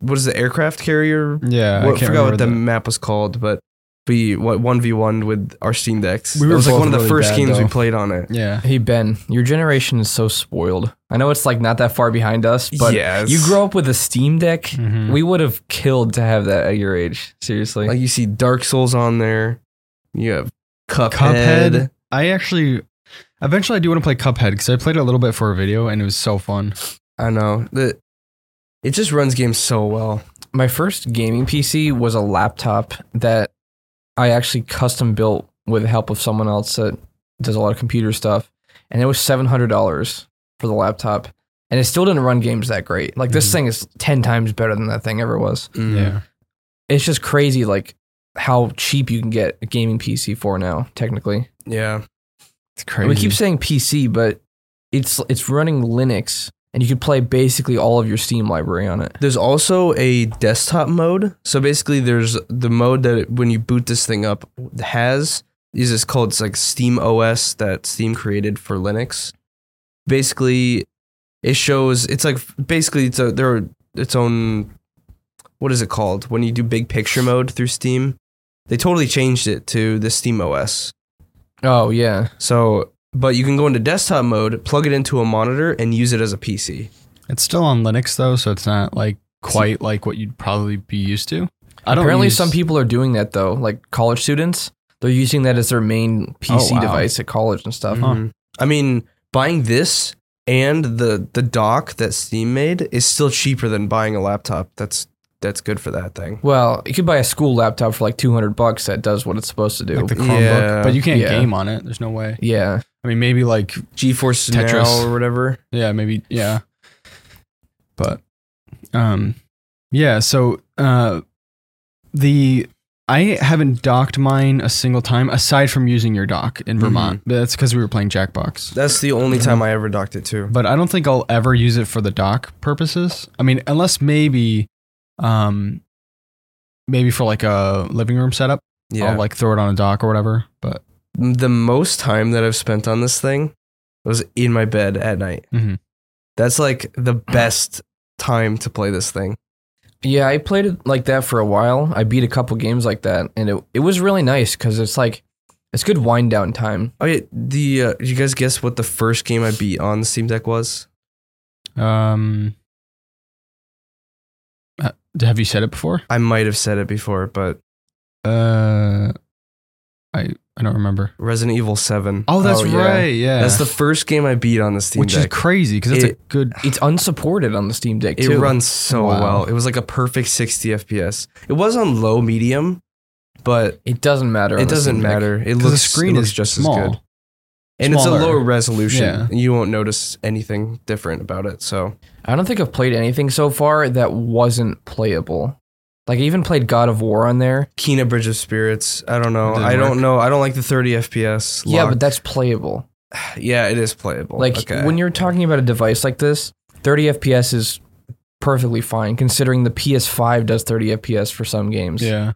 Speaker 1: what is the aircraft carrier?
Speaker 3: Yeah,
Speaker 1: What- I forgot what the,
Speaker 3: remember
Speaker 1: map was called, but we one v one with our Steam decks.
Speaker 3: We
Speaker 1: it
Speaker 3: were
Speaker 1: was like
Speaker 3: both
Speaker 1: one of the
Speaker 3: really
Speaker 1: first
Speaker 3: bad,
Speaker 1: games we
Speaker 3: though.
Speaker 1: played on it.
Speaker 3: the- Yeah,
Speaker 2: Hey Ben, your generation is so spoiled. I know it's like not that far behind us, but
Speaker 1: yes.
Speaker 2: you grow up with a Steam Deck.
Speaker 3: Mhm.
Speaker 2: We would have killed to have that at your age. Seriously.
Speaker 1: like you see Dark Souls on there. You have Cuphead.
Speaker 3: Cuphead. I actually, eventually, I do want to play Cuphead because I played a little bit for a video and it was so fun.
Speaker 1: I know that it just runs games so well.
Speaker 2: my first gaming PC was a laptop that I actually custom built with the help of someone else that does a lot of computer stuff, and it was seven hundred dollars for the laptop, and it still didn't run games that great. Like this
Speaker 3: Mhm.
Speaker 2: thing is ten times better than that thing ever was.
Speaker 1: Mm.
Speaker 2: It's just crazy, like how cheap you can get a gaming PC for now. Technically,
Speaker 1: yeah.
Speaker 3: it's
Speaker 2: And
Speaker 3: crazy.
Speaker 2: we keep saying PC, but it's it's running Linux, and you could play basically all of your Steam library on it.
Speaker 1: There's also a desktop mode. So basically, there's the mode that it- when you boot this thing up it has is it's called it's like Steam OS that Steam created for Linux. Basically, it shows it's like basically it's a there are its own what is it called when you do big picture mode through Steam. They totally changed it to the Steam OS.
Speaker 2: Oh yeah,
Speaker 1: So, but you can go into desktop mode, plug it into a monitor, and use it as a PC.
Speaker 3: it's still on Linux though, so it's not like quite like what you'd probably be used to. I don't
Speaker 2: Apparently,
Speaker 3: use-
Speaker 2: some people are doing that though. Like college students, they're using that as their main PC
Speaker 3: Oh, wow. Hmm.
Speaker 2: device at college and stuff.
Speaker 1: Mhm. I mean, buying this and the the dock that Steam made is still cheaper than buying a laptop. That's that's good for that thing.
Speaker 2: Well, you could buy a school laptop for like two hundred bucks that does what it's supposed to do.
Speaker 3: like the Chromebook,
Speaker 1: Yeah.
Speaker 3: but you can't
Speaker 2: Yeah.
Speaker 3: game on it. There's no way.
Speaker 2: yeah,
Speaker 3: I mean, maybe like
Speaker 1: GeForce
Speaker 3: Tetris.
Speaker 1: Now or whatever.
Speaker 3: Yeah, maybe yeah. But um yeah, so uh the I haven't docked mine a single time aside from using your dock
Speaker 2: Mm-hmm.
Speaker 3: in Vermont. But That's because we were playing Jackbox.
Speaker 1: That's the only time I ever docked it to.
Speaker 3: But I don't think I'll ever use it for the dock purposes. I mean, unless maybe um maybe for like a living room setup.
Speaker 1: Yeah,
Speaker 3: I'll like throw it on a dock or whatever. But
Speaker 1: the most time that I've spent on this thing was in my bed at night.
Speaker 3: Mhm.
Speaker 1: That's like the best time to play this thing.
Speaker 2: yeah. I played it like that for a while. I beat a couple games like that, and it it was really nice because it's like it's good wind down time.
Speaker 1: Oh yeah, the uh, did you guys guess what the first game I beat on the Steam Deck was?
Speaker 3: um uh, have you said it before?
Speaker 1: I might have said it before, but
Speaker 3: Uh, I I don't remember.
Speaker 1: Resident Evil Seven.
Speaker 3: Oh, that's
Speaker 2: yeah.
Speaker 3: right. Yeah,
Speaker 1: That's the first game I beat on the Steam
Speaker 3: which is
Speaker 1: Deck.
Speaker 3: crazy because it's a
Speaker 1: It-
Speaker 3: good.
Speaker 2: It's unsupported on the Steam Deck
Speaker 1: it
Speaker 2: too.
Speaker 1: runs so
Speaker 3: Wow.
Speaker 1: well. It was like a perfect 60 FPS. It was on low medium, but
Speaker 2: It doesn't matter. on
Speaker 1: it
Speaker 2: the
Speaker 1: doesn't
Speaker 2: Steam Deck.
Speaker 1: matter. It
Speaker 3: 'cause
Speaker 1: looks
Speaker 3: the screen
Speaker 1: it looks
Speaker 3: is
Speaker 1: just
Speaker 3: small.
Speaker 1: as good, and it's a
Speaker 3: Smaller.
Speaker 1: lower resolution.
Speaker 3: Yeah.
Speaker 1: And you won't notice anything different about it. So
Speaker 2: I don't think I've played anything so far that wasn't playable. Like I even played God of War on there.
Speaker 1: Kena Bridge of Spirits. I don't know.
Speaker 3: Didn't
Speaker 1: I don't
Speaker 3: work.
Speaker 1: know. I don't like the 30 FPS.
Speaker 2: Yeah,
Speaker 1: lock.
Speaker 2: but that's playable.
Speaker 1: yeah, it is playable.
Speaker 2: Like
Speaker 1: okay.
Speaker 2: when you're talking about a device like this, 30 FPS is perfectly fine considering the PS5 does 30 FPS for some games.
Speaker 3: Yeah.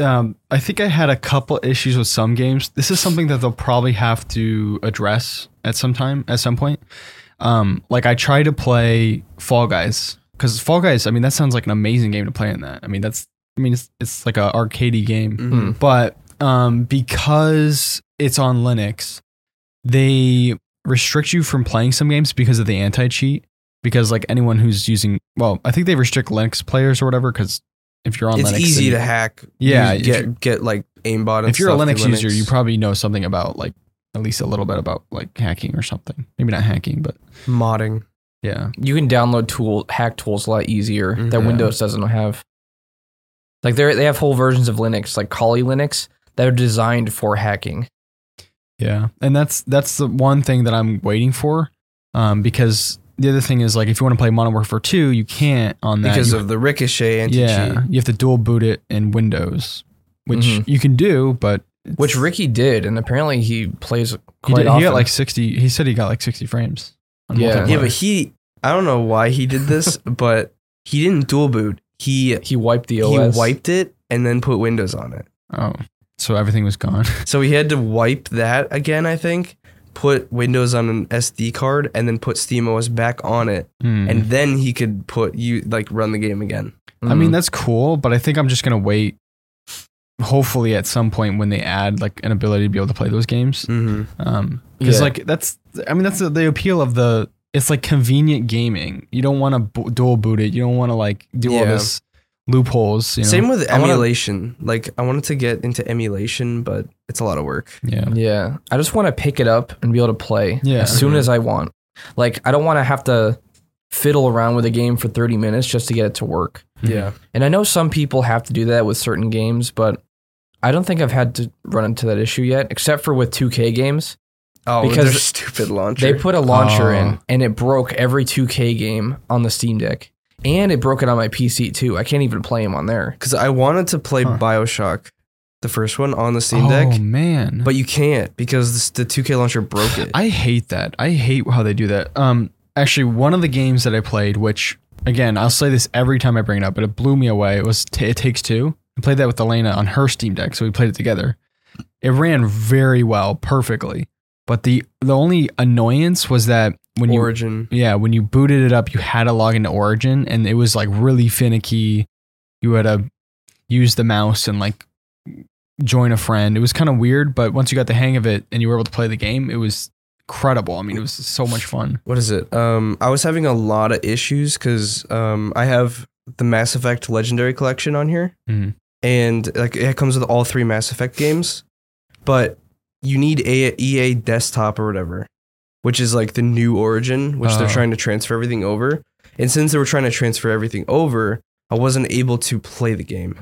Speaker 3: Um, I think I had a couple issues with some games. This is something that they'll probably have to address at some time, at some point. Um, like I try to play Fall Guys because Fall Guys. I mean, that sounds like an amazing game to play in that. I mean, that's. I mean, it's it's like a arcadey game
Speaker 1: Mhm.
Speaker 3: but um, because it's on Linux, they restrict you from playing some games because of the anti cheat. Because like anyone who's using, well, I think they restrict Linux players or whatever. Because if you're on
Speaker 1: it's
Speaker 3: Linux,
Speaker 1: easy
Speaker 3: then-
Speaker 1: to hack.
Speaker 3: Yeah,
Speaker 1: You
Speaker 3: if
Speaker 1: get
Speaker 3: you're-
Speaker 1: get like aimbot. And
Speaker 3: If you're a
Speaker 1: stuff
Speaker 3: Linux,
Speaker 1: through
Speaker 3: user, you probably know something about like at least a little bit about like hacking or something. Maybe not hacking, but
Speaker 1: modding.
Speaker 3: yeah,
Speaker 2: You can download tool hack tools a lot easier that
Speaker 1: Mhm.
Speaker 2: Windows doesn't have. Like they they have whole versions of Linux, like Kali Linux, that are designed for hacking.
Speaker 3: yeah. And that's that's the one thing that I'm waiting for, um, because the other thing is like if you want to play Modern Warfare Two, you can't on that
Speaker 1: because
Speaker 3: You
Speaker 1: of the ricochet anti cheat.
Speaker 3: Yeah, you have to dual boot it in Windows, which
Speaker 2: Mhm.
Speaker 3: you can do, but it's-
Speaker 2: Which Ricky did, and apparently he plays
Speaker 3: he,
Speaker 2: quite
Speaker 3: did,
Speaker 2: often.
Speaker 3: he got like sixty. He said he got like sixty frames. on
Speaker 2: Yeah.
Speaker 1: Yeah,
Speaker 3: multiplayer.
Speaker 1: but he, I don't know why he did this, but he didn't dual boot. He
Speaker 2: he wiped the
Speaker 1: he
Speaker 2: OS.
Speaker 1: wiped it and then put Windows on it.
Speaker 3: oh, so everything was gone.
Speaker 1: So he had to wipe that again, I think, put Windows on an SD card and then put SteamOS back on it,
Speaker 3: Hmm.
Speaker 1: and then he could put you like run the game again.
Speaker 3: I mean
Speaker 2: Mm.
Speaker 3: that's cool, but I think I'm just gonna wait. Hopefully, at some point when they add like an ability to be able to play those games,
Speaker 1: Mm-hmm.
Speaker 3: um, because
Speaker 2: Yeah.
Speaker 3: like that's I mean that's the, the appeal of the it's like convenient gaming. You don't want to bo- dual boot it. You don't want to like do all
Speaker 1: Yeah.
Speaker 3: this loopholes. You know?
Speaker 1: Same with
Speaker 3: I wanna-
Speaker 1: emulation. like I wanted to get into emulation, but it's a lot of work.
Speaker 3: yeah.
Speaker 2: Yeah. I just want to pick it up and be able to play
Speaker 3: Yeah.
Speaker 2: as soon as I want. Like, I don't want to have to fiddle around with a game for 30 minutes just to get it to work.
Speaker 3: Yeah.
Speaker 2: And I know some people have to do that with certain games, but I don't think I've had to run into that issue yet, except for with 2K games.
Speaker 1: Oh, because
Speaker 2: Because
Speaker 1: their stupid launcher.
Speaker 2: They put a launcher in
Speaker 3: Oh.
Speaker 2: and it broke every 2K game on the Steam Deck. And it broke it on my PC too. I can't even play them on there.
Speaker 1: Because I wanted to play
Speaker 3: Huh.
Speaker 1: Bioshock, the first one on the Steam
Speaker 3: oh
Speaker 1: Deck.
Speaker 3: man,
Speaker 1: But you can't because this, the 2K launcher broke it.
Speaker 3: I hate that. I hate how they do that. Um, actually, one of the games that I played, which again, I'll say this every time I bring it up, but it blew me away. It was t- It Takes Two. I played that with Elena on her Steam Deck, so we played it together. It ran very well, perfectly. But the the only annoyance was that when you
Speaker 1: Origin.
Speaker 3: yeah, when you booted it up, you had to log into Origin, and it was like really finicky. You had to use the mouse and like join a friend. It was kind of weird, but once you got the hang of it and you were able to play the game, it was incredible. I mean, it was so much fun.
Speaker 1: What is it? Um, I was having a lot of issues because um, I have the Mass Effect Legendary Collection on here,
Speaker 3: Mhm.
Speaker 1: and like it comes with all three Mass Effect games, but you need E a- EA Desktop or whatever, which is like the new Origin, which they're
Speaker 3: Oh.
Speaker 1: trying to transfer everything over. And since they were trying to transfer everything over, I wasn't able to play the game.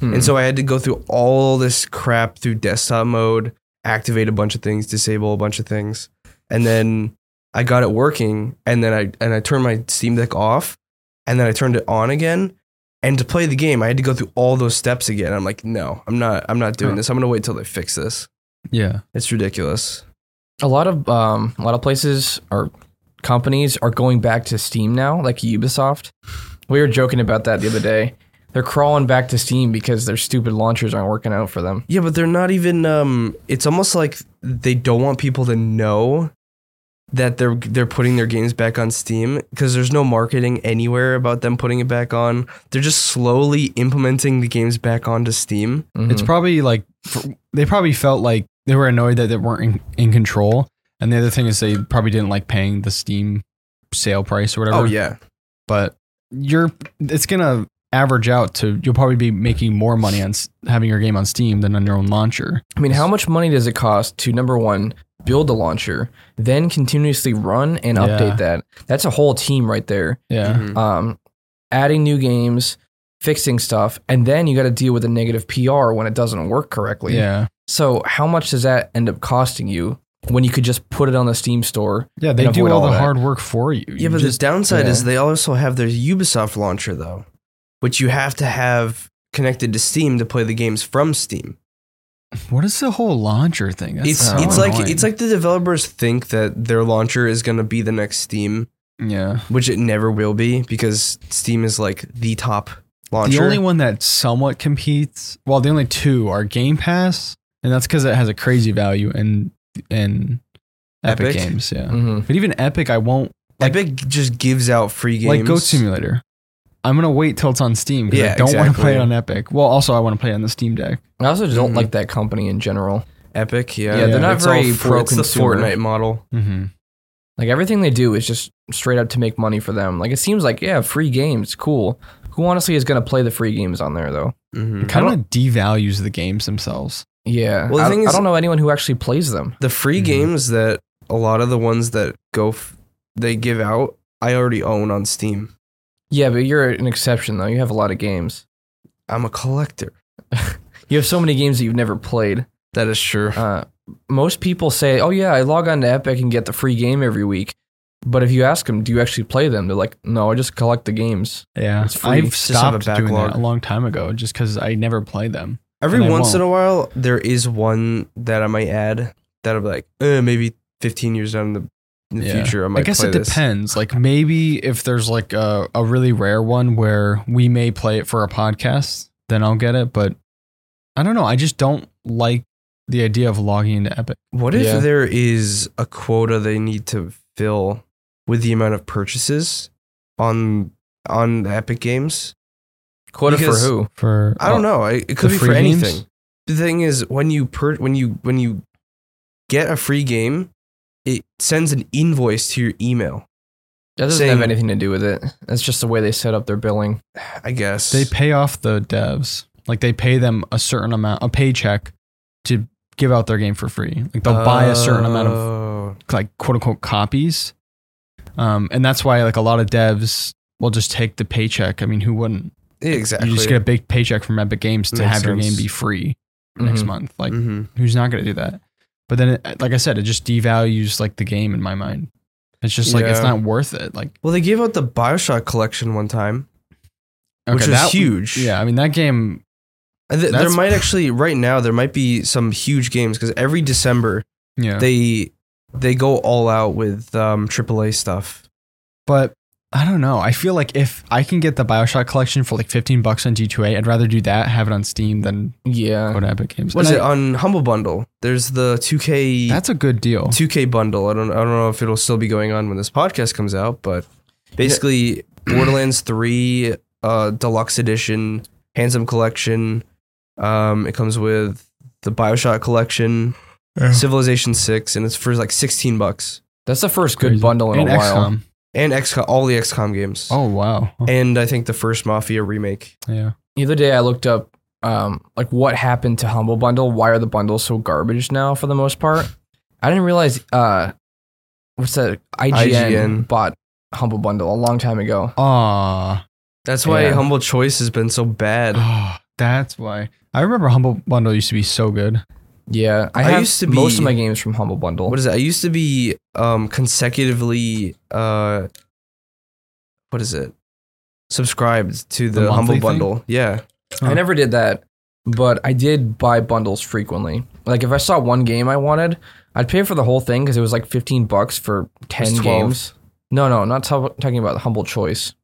Speaker 2: Hmm.
Speaker 1: And
Speaker 2: Mm-hmm.
Speaker 1: so I had to go through all this crap through desktop mode, activate a bunch of things, disable a bunch of things. And then I got it working and then I and I turned my Steam Deck off and then I turned it on again. And to play the game, I had to go through all those steps again. I'm like, no, I'm not I'm not doing
Speaker 3: Huh.
Speaker 1: this. I'm gonna wait till they fix this.
Speaker 3: Yeah.
Speaker 1: It's ridiculous.
Speaker 2: a lot of um, a lot of places or companies are going back to Steam now, like Ubisoft. We were joking about that the other day. They're crawling back to Steam because their stupid launchers aren't working out for them.
Speaker 1: Yeah, but they're not even um it's almost like they don't want people to know that they're they're putting their games back on Steam because there's no marketing anywhere about them putting it back on. They're just slowly implementing the games back onto Steam.
Speaker 3: It's
Speaker 2: Mm.
Speaker 3: probably like for, they probably felt like they were annoyed that they weren't in, in control. And the other thing is they probably didn't like paying the Steam sale price or whatever.
Speaker 1: Oh, yeah.
Speaker 3: But you're it's gonna average out to you'll probably be making more money on s- having your game on Steam than on your own launcher.
Speaker 2: I mean, how much money does it cost to number one build the launcher, then continuously run and
Speaker 3: Yeah.
Speaker 2: update that? That's a whole team right there.
Speaker 3: Yeah.
Speaker 1: Mhm.
Speaker 2: Um, adding new games, fixing stuff, and then you got to deal with the negative PR when it doesn't work correctly.
Speaker 3: Yeah.
Speaker 2: So how much does that end up costing you when you could just put it on the Steam store?
Speaker 3: Yeah, they
Speaker 2: And
Speaker 3: do
Speaker 2: avoid
Speaker 3: all
Speaker 2: all
Speaker 3: the
Speaker 2: that.
Speaker 3: hard work for you.
Speaker 1: Yeah,
Speaker 3: You
Speaker 1: but
Speaker 3: just-
Speaker 1: the downside
Speaker 2: yeah.
Speaker 1: is they also have their Ubisoft launcher though, which you have to have connected to Steam to play the games from Steam.
Speaker 3: what is the whole launcher thing? That's
Speaker 1: it's
Speaker 3: so
Speaker 1: it's like
Speaker 3: annoying.
Speaker 1: it's like the developers think that their launcher is going to be the next Steam,
Speaker 3: yeah.
Speaker 1: which it never will be because Steam is like the top launcher.
Speaker 3: The only one that somewhat competes, well, the only two are Game Pass, and that's because it has a crazy value in in Epic,
Speaker 1: Epic? Hmm.
Speaker 3: Games. Yeah,
Speaker 2: Mm-hmm.
Speaker 3: but even Epic, I won't
Speaker 1: Epic just gives out free games.
Speaker 3: like Goat Simulator. I'm gonna wait till it's on Steam because
Speaker 1: Yeah,
Speaker 3: I don't want to
Speaker 1: exactly.
Speaker 3: play it on Epic. Well, also I want to play it on the Steam Deck.
Speaker 2: I also don't
Speaker 1: Mhm.
Speaker 2: like that company in general.
Speaker 1: Epic, yeah,
Speaker 2: Yeah, they're not
Speaker 1: It's all
Speaker 2: very
Speaker 1: for- It's the
Speaker 2: pro-consumer.
Speaker 1: Fortnite model.
Speaker 3: Mm-hmm.
Speaker 2: Like everything they do is just straight up to make money for them. Like it seems like yeah, free games, cool. Who honestly is gonna play the free games on there though?
Speaker 1: Mhm.
Speaker 3: It kind of devalues the games themselves.
Speaker 2: Yeah.
Speaker 1: Well, the
Speaker 2: I,
Speaker 1: thing
Speaker 2: I
Speaker 1: is-
Speaker 2: don't know anyone who actually plays them.
Speaker 1: The free
Speaker 3: Mhm.
Speaker 1: games that a lot of the ones that go f- they give out, I already own on Steam.
Speaker 2: Yeah, but you're an exception though. You have a lot of games.
Speaker 1: I'm a collector.
Speaker 2: You have so many games that you've never played.
Speaker 1: That is sure.
Speaker 2: Uh, most people say, "Oh yeah, I log on to Epic and get the free game every week." But if you ask them, "Do you actually play them?" They're like, "No, I just collect the games."
Speaker 3: Yeah,
Speaker 2: It's free.
Speaker 3: I've
Speaker 1: Just have a
Speaker 3: stopped doing
Speaker 1: backlog.
Speaker 3: that a long time ago just because I never play them.
Speaker 1: Every
Speaker 3: and I
Speaker 1: once in
Speaker 3: won't.
Speaker 1: a while, there is one that I might add that I'm like, eh, maybe 15 years down in the, in the
Speaker 3: Yeah.
Speaker 1: future, I might.
Speaker 3: I guess
Speaker 1: play
Speaker 3: it
Speaker 1: this.
Speaker 3: depends. Like maybe if there's like a, a really rare one where we may play it for a podcast, then I'll get it. But I don't know. I just don't like the idea of logging into Epic.
Speaker 1: What if
Speaker 2: Yeah.
Speaker 1: there is a quota they need to fill with the amount of purchases on on the Epic Games?
Speaker 2: Quota
Speaker 1: Because-
Speaker 2: for who?
Speaker 3: For
Speaker 1: I don't know. I- It could
Speaker 3: Uh, the
Speaker 1: be for
Speaker 3: free games?
Speaker 1: anything. The thing is, when you per- when you when you get a free game, it sends an invoice to your email.
Speaker 2: That doesn't
Speaker 1: Saying-
Speaker 2: have anything to do with it. That's just the way they set up their billing.
Speaker 1: I guess
Speaker 3: They pay off the devs. Like they pay them a certain amount, a paycheck, to give out their game for free. Like they'll buy a certain amount of
Speaker 1: Oh.
Speaker 3: like quote unquote copies. Um, and that's why like a lot of devs will just take the paycheck. I mean, who wouldn't?
Speaker 1: Yeah, exactly.
Speaker 3: You just get a big paycheck from Epic Games to
Speaker 1: Makes
Speaker 3: have your
Speaker 1: sense.
Speaker 3: game be free next
Speaker 2: Mhm.
Speaker 3: month. Like,
Speaker 1: Mhm.
Speaker 3: who's not going to do that? But then, it, like I said, it just devalues like the game in my mind. It's just like it's
Speaker 1: Yeah.
Speaker 3: not worth it. Like,
Speaker 1: Well, they gave out the Bioshock collection one time,
Speaker 3: okay,
Speaker 1: which was
Speaker 3: that,
Speaker 1: huge.
Speaker 3: Yeah, I mean that game.
Speaker 1: and th- there
Speaker 3: That's-
Speaker 1: might actually right now there might be some huge games because every December
Speaker 3: Yeah,
Speaker 1: they they go all out with um, AAA stuff.
Speaker 3: but I don't know. I feel like if I can get the Bioshock collection for like fifteen bucks on G two A, I'd rather do that, have it on Steam, than
Speaker 2: Yeah.
Speaker 3: go to Epic Games.
Speaker 1: Was
Speaker 3: And
Speaker 1: it
Speaker 3: I-
Speaker 1: on Humble Bundle? There's the 2K
Speaker 3: that's a good deal.
Speaker 1: 2K bundle. I don't I don't know if it'll still be going on when this podcast comes out, but basically Borderlands 3 uh, Deluxe Edition, Handsome Collection. Um, it comes with the Bioshock collection,
Speaker 3: Oh.
Speaker 1: Civilization 6, and it's for like 16 bucks.
Speaker 2: That's the first good
Speaker 3: Crazy.
Speaker 2: bundle in
Speaker 3: And
Speaker 2: a while.
Speaker 3: XCOM.
Speaker 1: and XCOM, all the XCOM games.
Speaker 3: Oh wow.
Speaker 1: And I think the first Mafia remake.
Speaker 3: Yeah.
Speaker 2: the other day I looked up um, like what happened to Humble Bundle. Why are the bundles so garbage now for the most part? I didn't realize uh, what's that IGN,
Speaker 1: IGN.
Speaker 2: bought Humble Bundle a long time ago.
Speaker 3: Ah.
Speaker 1: That's why
Speaker 2: Yeah.
Speaker 1: Humble Choice has been so bad.
Speaker 3: Oh, that's why. I remember Humble Bundle used to be so good.
Speaker 2: Yeah, I,
Speaker 1: I
Speaker 2: have
Speaker 1: used to
Speaker 2: most
Speaker 1: be-
Speaker 2: of my games from Humble Bundle.
Speaker 1: What is it? I used to be um consecutively uh what is it? Subscribed to the,
Speaker 3: The monthly
Speaker 1: Humble
Speaker 3: thing?
Speaker 1: Bundle. Yeah.
Speaker 2: I never did that, but I did buy bundles frequently. Like if I saw one game I wanted, I'd pay for the whole thing because it was like fifteen bucks for ten
Speaker 1: 12.
Speaker 2: games. No, no, not t- talking about Humble Choice.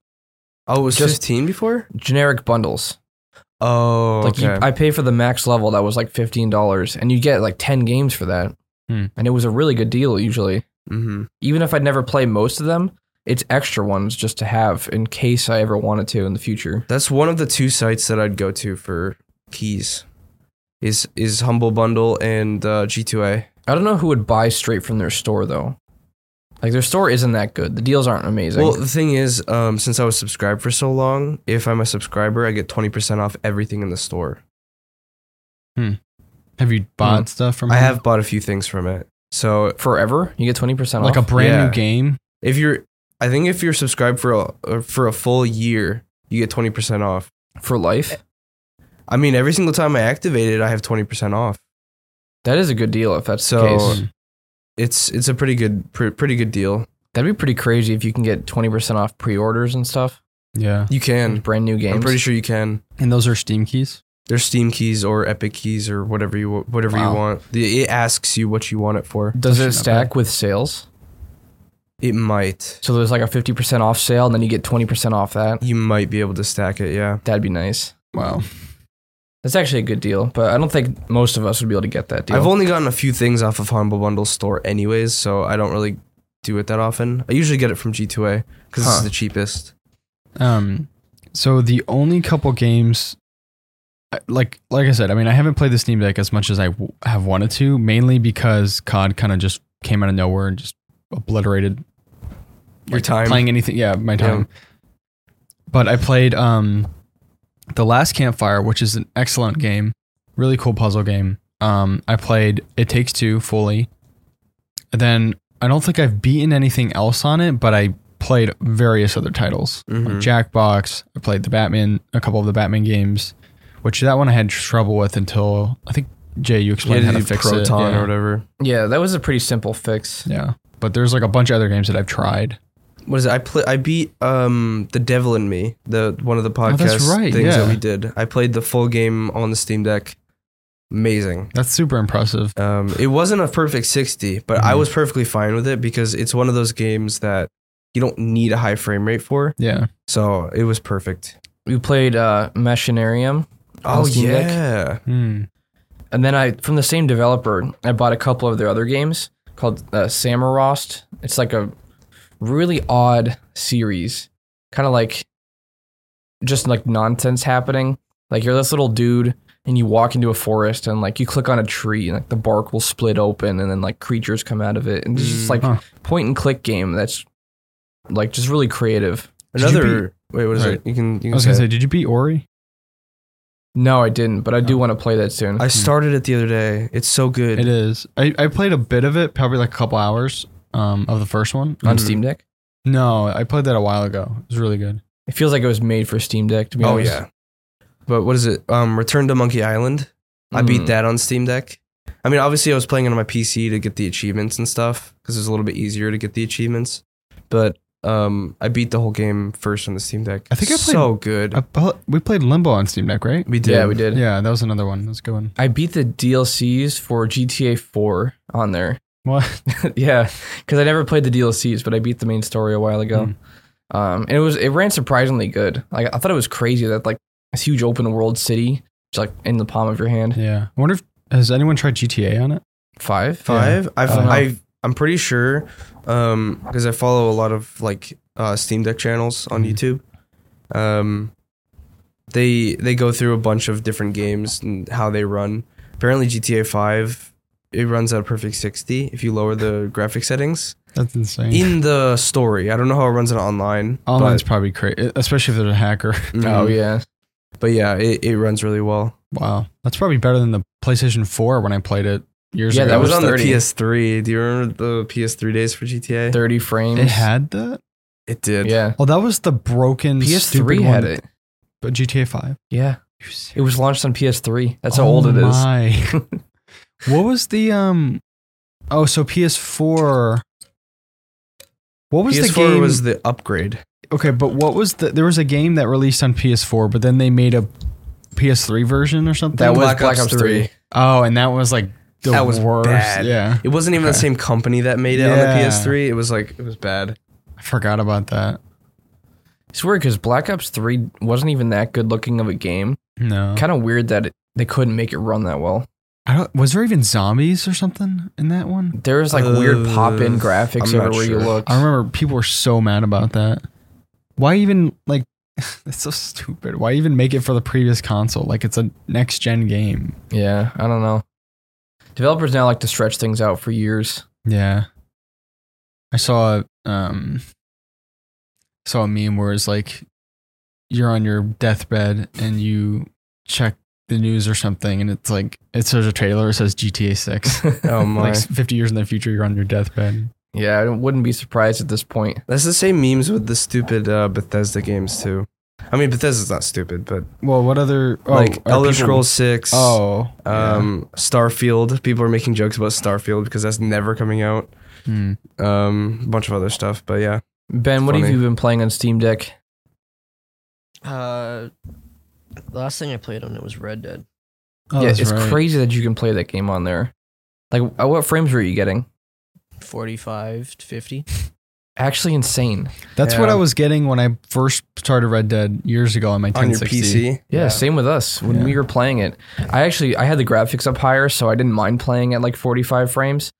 Speaker 1: Oh, it was
Speaker 2: Just-
Speaker 1: 15 before?
Speaker 2: Generic bundles.
Speaker 1: Oh,
Speaker 2: Like
Speaker 1: okay.
Speaker 2: you, I pay for the max level that was like fifteen dollars, and you get like ten games for that,
Speaker 3: Hmm.
Speaker 2: and it was a really good deal usually.
Speaker 1: Mhm.
Speaker 2: Even if I'd never play most of them, it's extra ones just to have in case I ever wanted to in the future.
Speaker 1: That's one of the two sites that I'd go to for keys. Is is Humble Bundle and uh, G2A.
Speaker 2: I don't know who would buy straight from their store though. Like their store isn't that good. The deals aren't amazing.
Speaker 1: Well, the thing is, um, since I was subscribed for so long, if I'm a subscriber, I get 20% off everything in the store.
Speaker 3: Have you bought stuff from?
Speaker 1: Mm. I
Speaker 3: him?
Speaker 1: have bought a few things from it. So
Speaker 2: Forever, you get twenty percent off.
Speaker 3: like a brand
Speaker 1: Yeah.
Speaker 3: new game.
Speaker 1: if you're, I think if you're subscribed for a, uh, for a full year, you get 20% off.
Speaker 2: for life.
Speaker 1: I mean, every single time I activate it, I have 20% off.
Speaker 2: That is a good deal if that's
Speaker 1: So
Speaker 2: the case.
Speaker 3: Oh,
Speaker 1: it's it's a pretty good pre- pretty good deal.
Speaker 2: That'd be pretty crazy if you can get twenty percent off pre-orders and stuff.
Speaker 3: Yeah,
Speaker 1: You can.
Speaker 2: Brand new games.
Speaker 1: I'm pretty sure you can.
Speaker 3: and those are Steam keys.
Speaker 1: There's Steam keys or Epic keys or whatever you wa- whatever
Speaker 3: Wow.
Speaker 1: you want. The, it asks you what you want it for.
Speaker 2: Does it
Speaker 3: That's not
Speaker 2: stack with sales?
Speaker 1: It might.
Speaker 2: So there's like a fifty percent off sale, and then you get twenty percent off that.
Speaker 1: You might be able to stack it. Yeah.
Speaker 2: That'd be nice.
Speaker 3: Wow.
Speaker 2: That's actually a good deal, but I don't think most of us would be able to get that deal.
Speaker 1: I've only gotten a few things off of Humble Bundle store, anyways, so I don't really do it that often. I usually get it from G2A because
Speaker 2: Huh.
Speaker 1: it's the cheapest.
Speaker 3: Um, so the only couple games, I- like like I said, I mean, I haven't played the Steam Deck as much as I w- have wanted to, mainly because COD kind of just came out of nowhere and just obliterated
Speaker 1: Your time.
Speaker 3: playing anything. Yeah, my
Speaker 1: Yeah.
Speaker 3: time. But I played um, the Last Campfire, which is an excellent game, really cool puzzle game. Um, I played It Takes Two fully. And then I don't think I've beaten anything else on it, but I played various other titles
Speaker 1: Mhm.
Speaker 3: like Jackbox. I played the Batman, a couple of the Batman games, which that one I had trouble with until I think Jay, you
Speaker 1: You had
Speaker 3: explained
Speaker 1: to
Speaker 3: how to
Speaker 1: do
Speaker 3: fix it.
Speaker 1: Proton
Speaker 3: Yeah.
Speaker 1: or whatever.
Speaker 2: yeah, that was a pretty simple fix.
Speaker 3: yeah, but there's like a bunch of other games that I've tried.
Speaker 1: What is it? I play. I beat um the Devil in Me, the one of the podcast
Speaker 3: Oh, that's right,
Speaker 1: things that
Speaker 3: yeah.
Speaker 1: we did. I played the full game on the Steam Deck. Amazing.
Speaker 3: That's super impressive.
Speaker 1: Um, it wasn't a perfect sixty, but I
Speaker 3: Mhm.
Speaker 1: was perfectly fine with it because it's one of those games that you don't need a high frame rate for.
Speaker 3: Yeah,
Speaker 1: So it was perfect.
Speaker 2: We played uh, Machinarium,
Speaker 1: Oh
Speaker 2: Steam Deck?
Speaker 1: yeah.
Speaker 3: Hmm.
Speaker 2: and then I from the same developer, I bought a couple of their other games called uh, Samorost. It's like a really odd series, kind of like just like nonsense happening. Like you're this little dude, and you walk into a forest, and like you click on a tree, and like the bark will split open, and then like creatures come out of it, and it's just
Speaker 1: Mm,
Speaker 2: like
Speaker 3: huh.
Speaker 2: point and click game that's like just really creative.
Speaker 3: Did you
Speaker 1: Another wait, what is
Speaker 3: Sorry.
Speaker 1: it? You can you can
Speaker 3: I was
Speaker 1: say.
Speaker 3: gonna
Speaker 1: it.
Speaker 3: say, did you beat Ori?
Speaker 2: No, I didn't, but I do want to play that soon.
Speaker 3: hmm.
Speaker 1: I started it the other day. It's so good.
Speaker 3: It is. I, I played a bit of it, probably like a couple hours um, of the first one.
Speaker 2: on
Speaker 1: Mhm.
Speaker 2: Steam Deck.
Speaker 3: No, I played that a while ago. It was really good.
Speaker 2: It feels like it was made for Steam Deck. To be
Speaker 1: Oh
Speaker 2: honest.
Speaker 1: yeah. But what is it? Um, Return to Monkey Island. I beat
Speaker 3: Hmm.
Speaker 2: Mm.
Speaker 1: that on Steam Deck. I mean, obviously, I was playing it on my PC to get the achievements and stuff because it's a little bit easier to get the achievements. But um, I beat the whole game first on the Steam Deck.
Speaker 3: I think I played-
Speaker 1: so good.
Speaker 3: I, pl- we played Limbo on Steam Deck, right?
Speaker 1: we did.
Speaker 2: Yeah, we did.
Speaker 3: Yeah, that was another one. That's a good one.
Speaker 2: I beat the DLCs for GTA 4 on there.
Speaker 3: What?
Speaker 2: yeah, because I never played the DLCs, but I beat the main story a while ago.
Speaker 3: Hmm.
Speaker 2: Um, and it was it ran surprisingly good. Like I thought it was crazy that like this huge open world city just like in the palm of your hand.
Speaker 3: Yeah. I wonder if has anyone tried GTA on it?
Speaker 2: Five.
Speaker 1: Five. I've,
Speaker 3: I don't know.
Speaker 1: I've, I'm pretty sure because I follow a lot of like uh, Steam Deck channels on
Speaker 3: Mhm.
Speaker 1: YouTube. Um, they they go through a bunch of different games and how they run. Apparently, GTA Five it runs at a perfect sixty if you lower the graphic settings
Speaker 3: That's insane.
Speaker 1: in the story. I don't know how it runs it online.
Speaker 3: Online's probably crazy, especially if there's a hacker.
Speaker 1: but, mhm.
Speaker 2: Oh yeah.
Speaker 1: but yeah, it, it runs really well.
Speaker 3: Wow, that's probably better than the PlayStation 4 when I played it years
Speaker 2: Yeah,
Speaker 3: ago.
Speaker 2: that
Speaker 1: it was,
Speaker 2: was
Speaker 1: on
Speaker 2: 30.
Speaker 1: the PS3. Do you remember the PS3 days for GTA?
Speaker 2: Thirty frames.
Speaker 3: It had that.
Speaker 1: It did.
Speaker 2: yeah.
Speaker 3: Oh, that was the broken stupid
Speaker 2: PS3 had
Speaker 3: one,
Speaker 2: it.
Speaker 3: but GTA 5.
Speaker 2: Yeah. It was launched on PS3. That's
Speaker 3: oh
Speaker 2: how old it is.
Speaker 3: My. what was the um? Oh, so PS4. What was the
Speaker 1: PS4
Speaker 3: game?
Speaker 1: was the upgrade.
Speaker 3: okay, but what was the? There was a game that released on PS4, but then they made a PS3 version or something.
Speaker 2: That was
Speaker 1: Black
Speaker 2: Black,
Speaker 1: Ops
Speaker 2: Ops 3.
Speaker 3: oh, and that was like the
Speaker 1: That was
Speaker 3: worst.
Speaker 1: bad.
Speaker 3: Yeah,
Speaker 1: It wasn't even the
Speaker 3: Okay.
Speaker 1: same company that made it on
Speaker 3: Yeah.
Speaker 1: the PS3. It was like it was bad.
Speaker 3: I forgot about that.
Speaker 2: It's weird because Black Ops 3 wasn't even that good looking of a game.
Speaker 3: No,
Speaker 2: Kind of weird that it, they couldn't make it run that well.
Speaker 3: I don't, was there even zombies or something in that one?
Speaker 2: There's like weird
Speaker 1: Uh,
Speaker 2: pop in
Speaker 1: I'm
Speaker 2: graphics
Speaker 1: not
Speaker 2: everywhere
Speaker 1: sure.
Speaker 2: you look.
Speaker 3: I remember people were so mad about that. Why even like that's so stupid. Why even make it for the previous console? Like it's a next gen game.
Speaker 2: Yeah, I don't know. Developers now like to stretch things out for years.
Speaker 3: Yeah. I saw um saw a meme where it's like you're on your deathbed and you check the news or something and it's like it shows a trailer it says GTA 6
Speaker 1: Oh my.
Speaker 3: like 50 years in the future you're on your deathbed
Speaker 2: Yeah, I don't- wouldn't be surprised at this point.
Speaker 1: That's the same memes with the stupid uh, Bethesda games too. I mean, Bethesda's not stupid, but
Speaker 3: well what other oh,
Speaker 1: like
Speaker 3: are
Speaker 1: Elder
Speaker 3: people-
Speaker 1: Scrolls Six,
Speaker 3: oh
Speaker 1: um, Starfield. People are making jokes about Starfield because that's never coming out.
Speaker 3: yeah. Hmm.
Speaker 1: Um, a bunch of other stuff, but yeah.
Speaker 2: Ben,
Speaker 1: It's
Speaker 2: what have
Speaker 1: funny.
Speaker 2: you been playing on Steam Deck?
Speaker 4: Uh, the last thing I played on it was Red Dead.
Speaker 3: Oh,
Speaker 2: yeah,
Speaker 3: that's
Speaker 2: it's
Speaker 3: right.
Speaker 2: crazy that you can play that game on there. Like, at what frames were you getting?
Speaker 4: 45 to 50.
Speaker 2: Actually, insane.
Speaker 3: That's what
Speaker 1: Yeah.
Speaker 3: I was getting when I first started Red Dead years ago on my
Speaker 1: On your
Speaker 3: 1060.
Speaker 1: PC,
Speaker 2: Yeah, same with us when
Speaker 3: Yeah.
Speaker 2: we were playing it. I actually I had the graphics up higher, so I didn't mind playing at like 45 frames.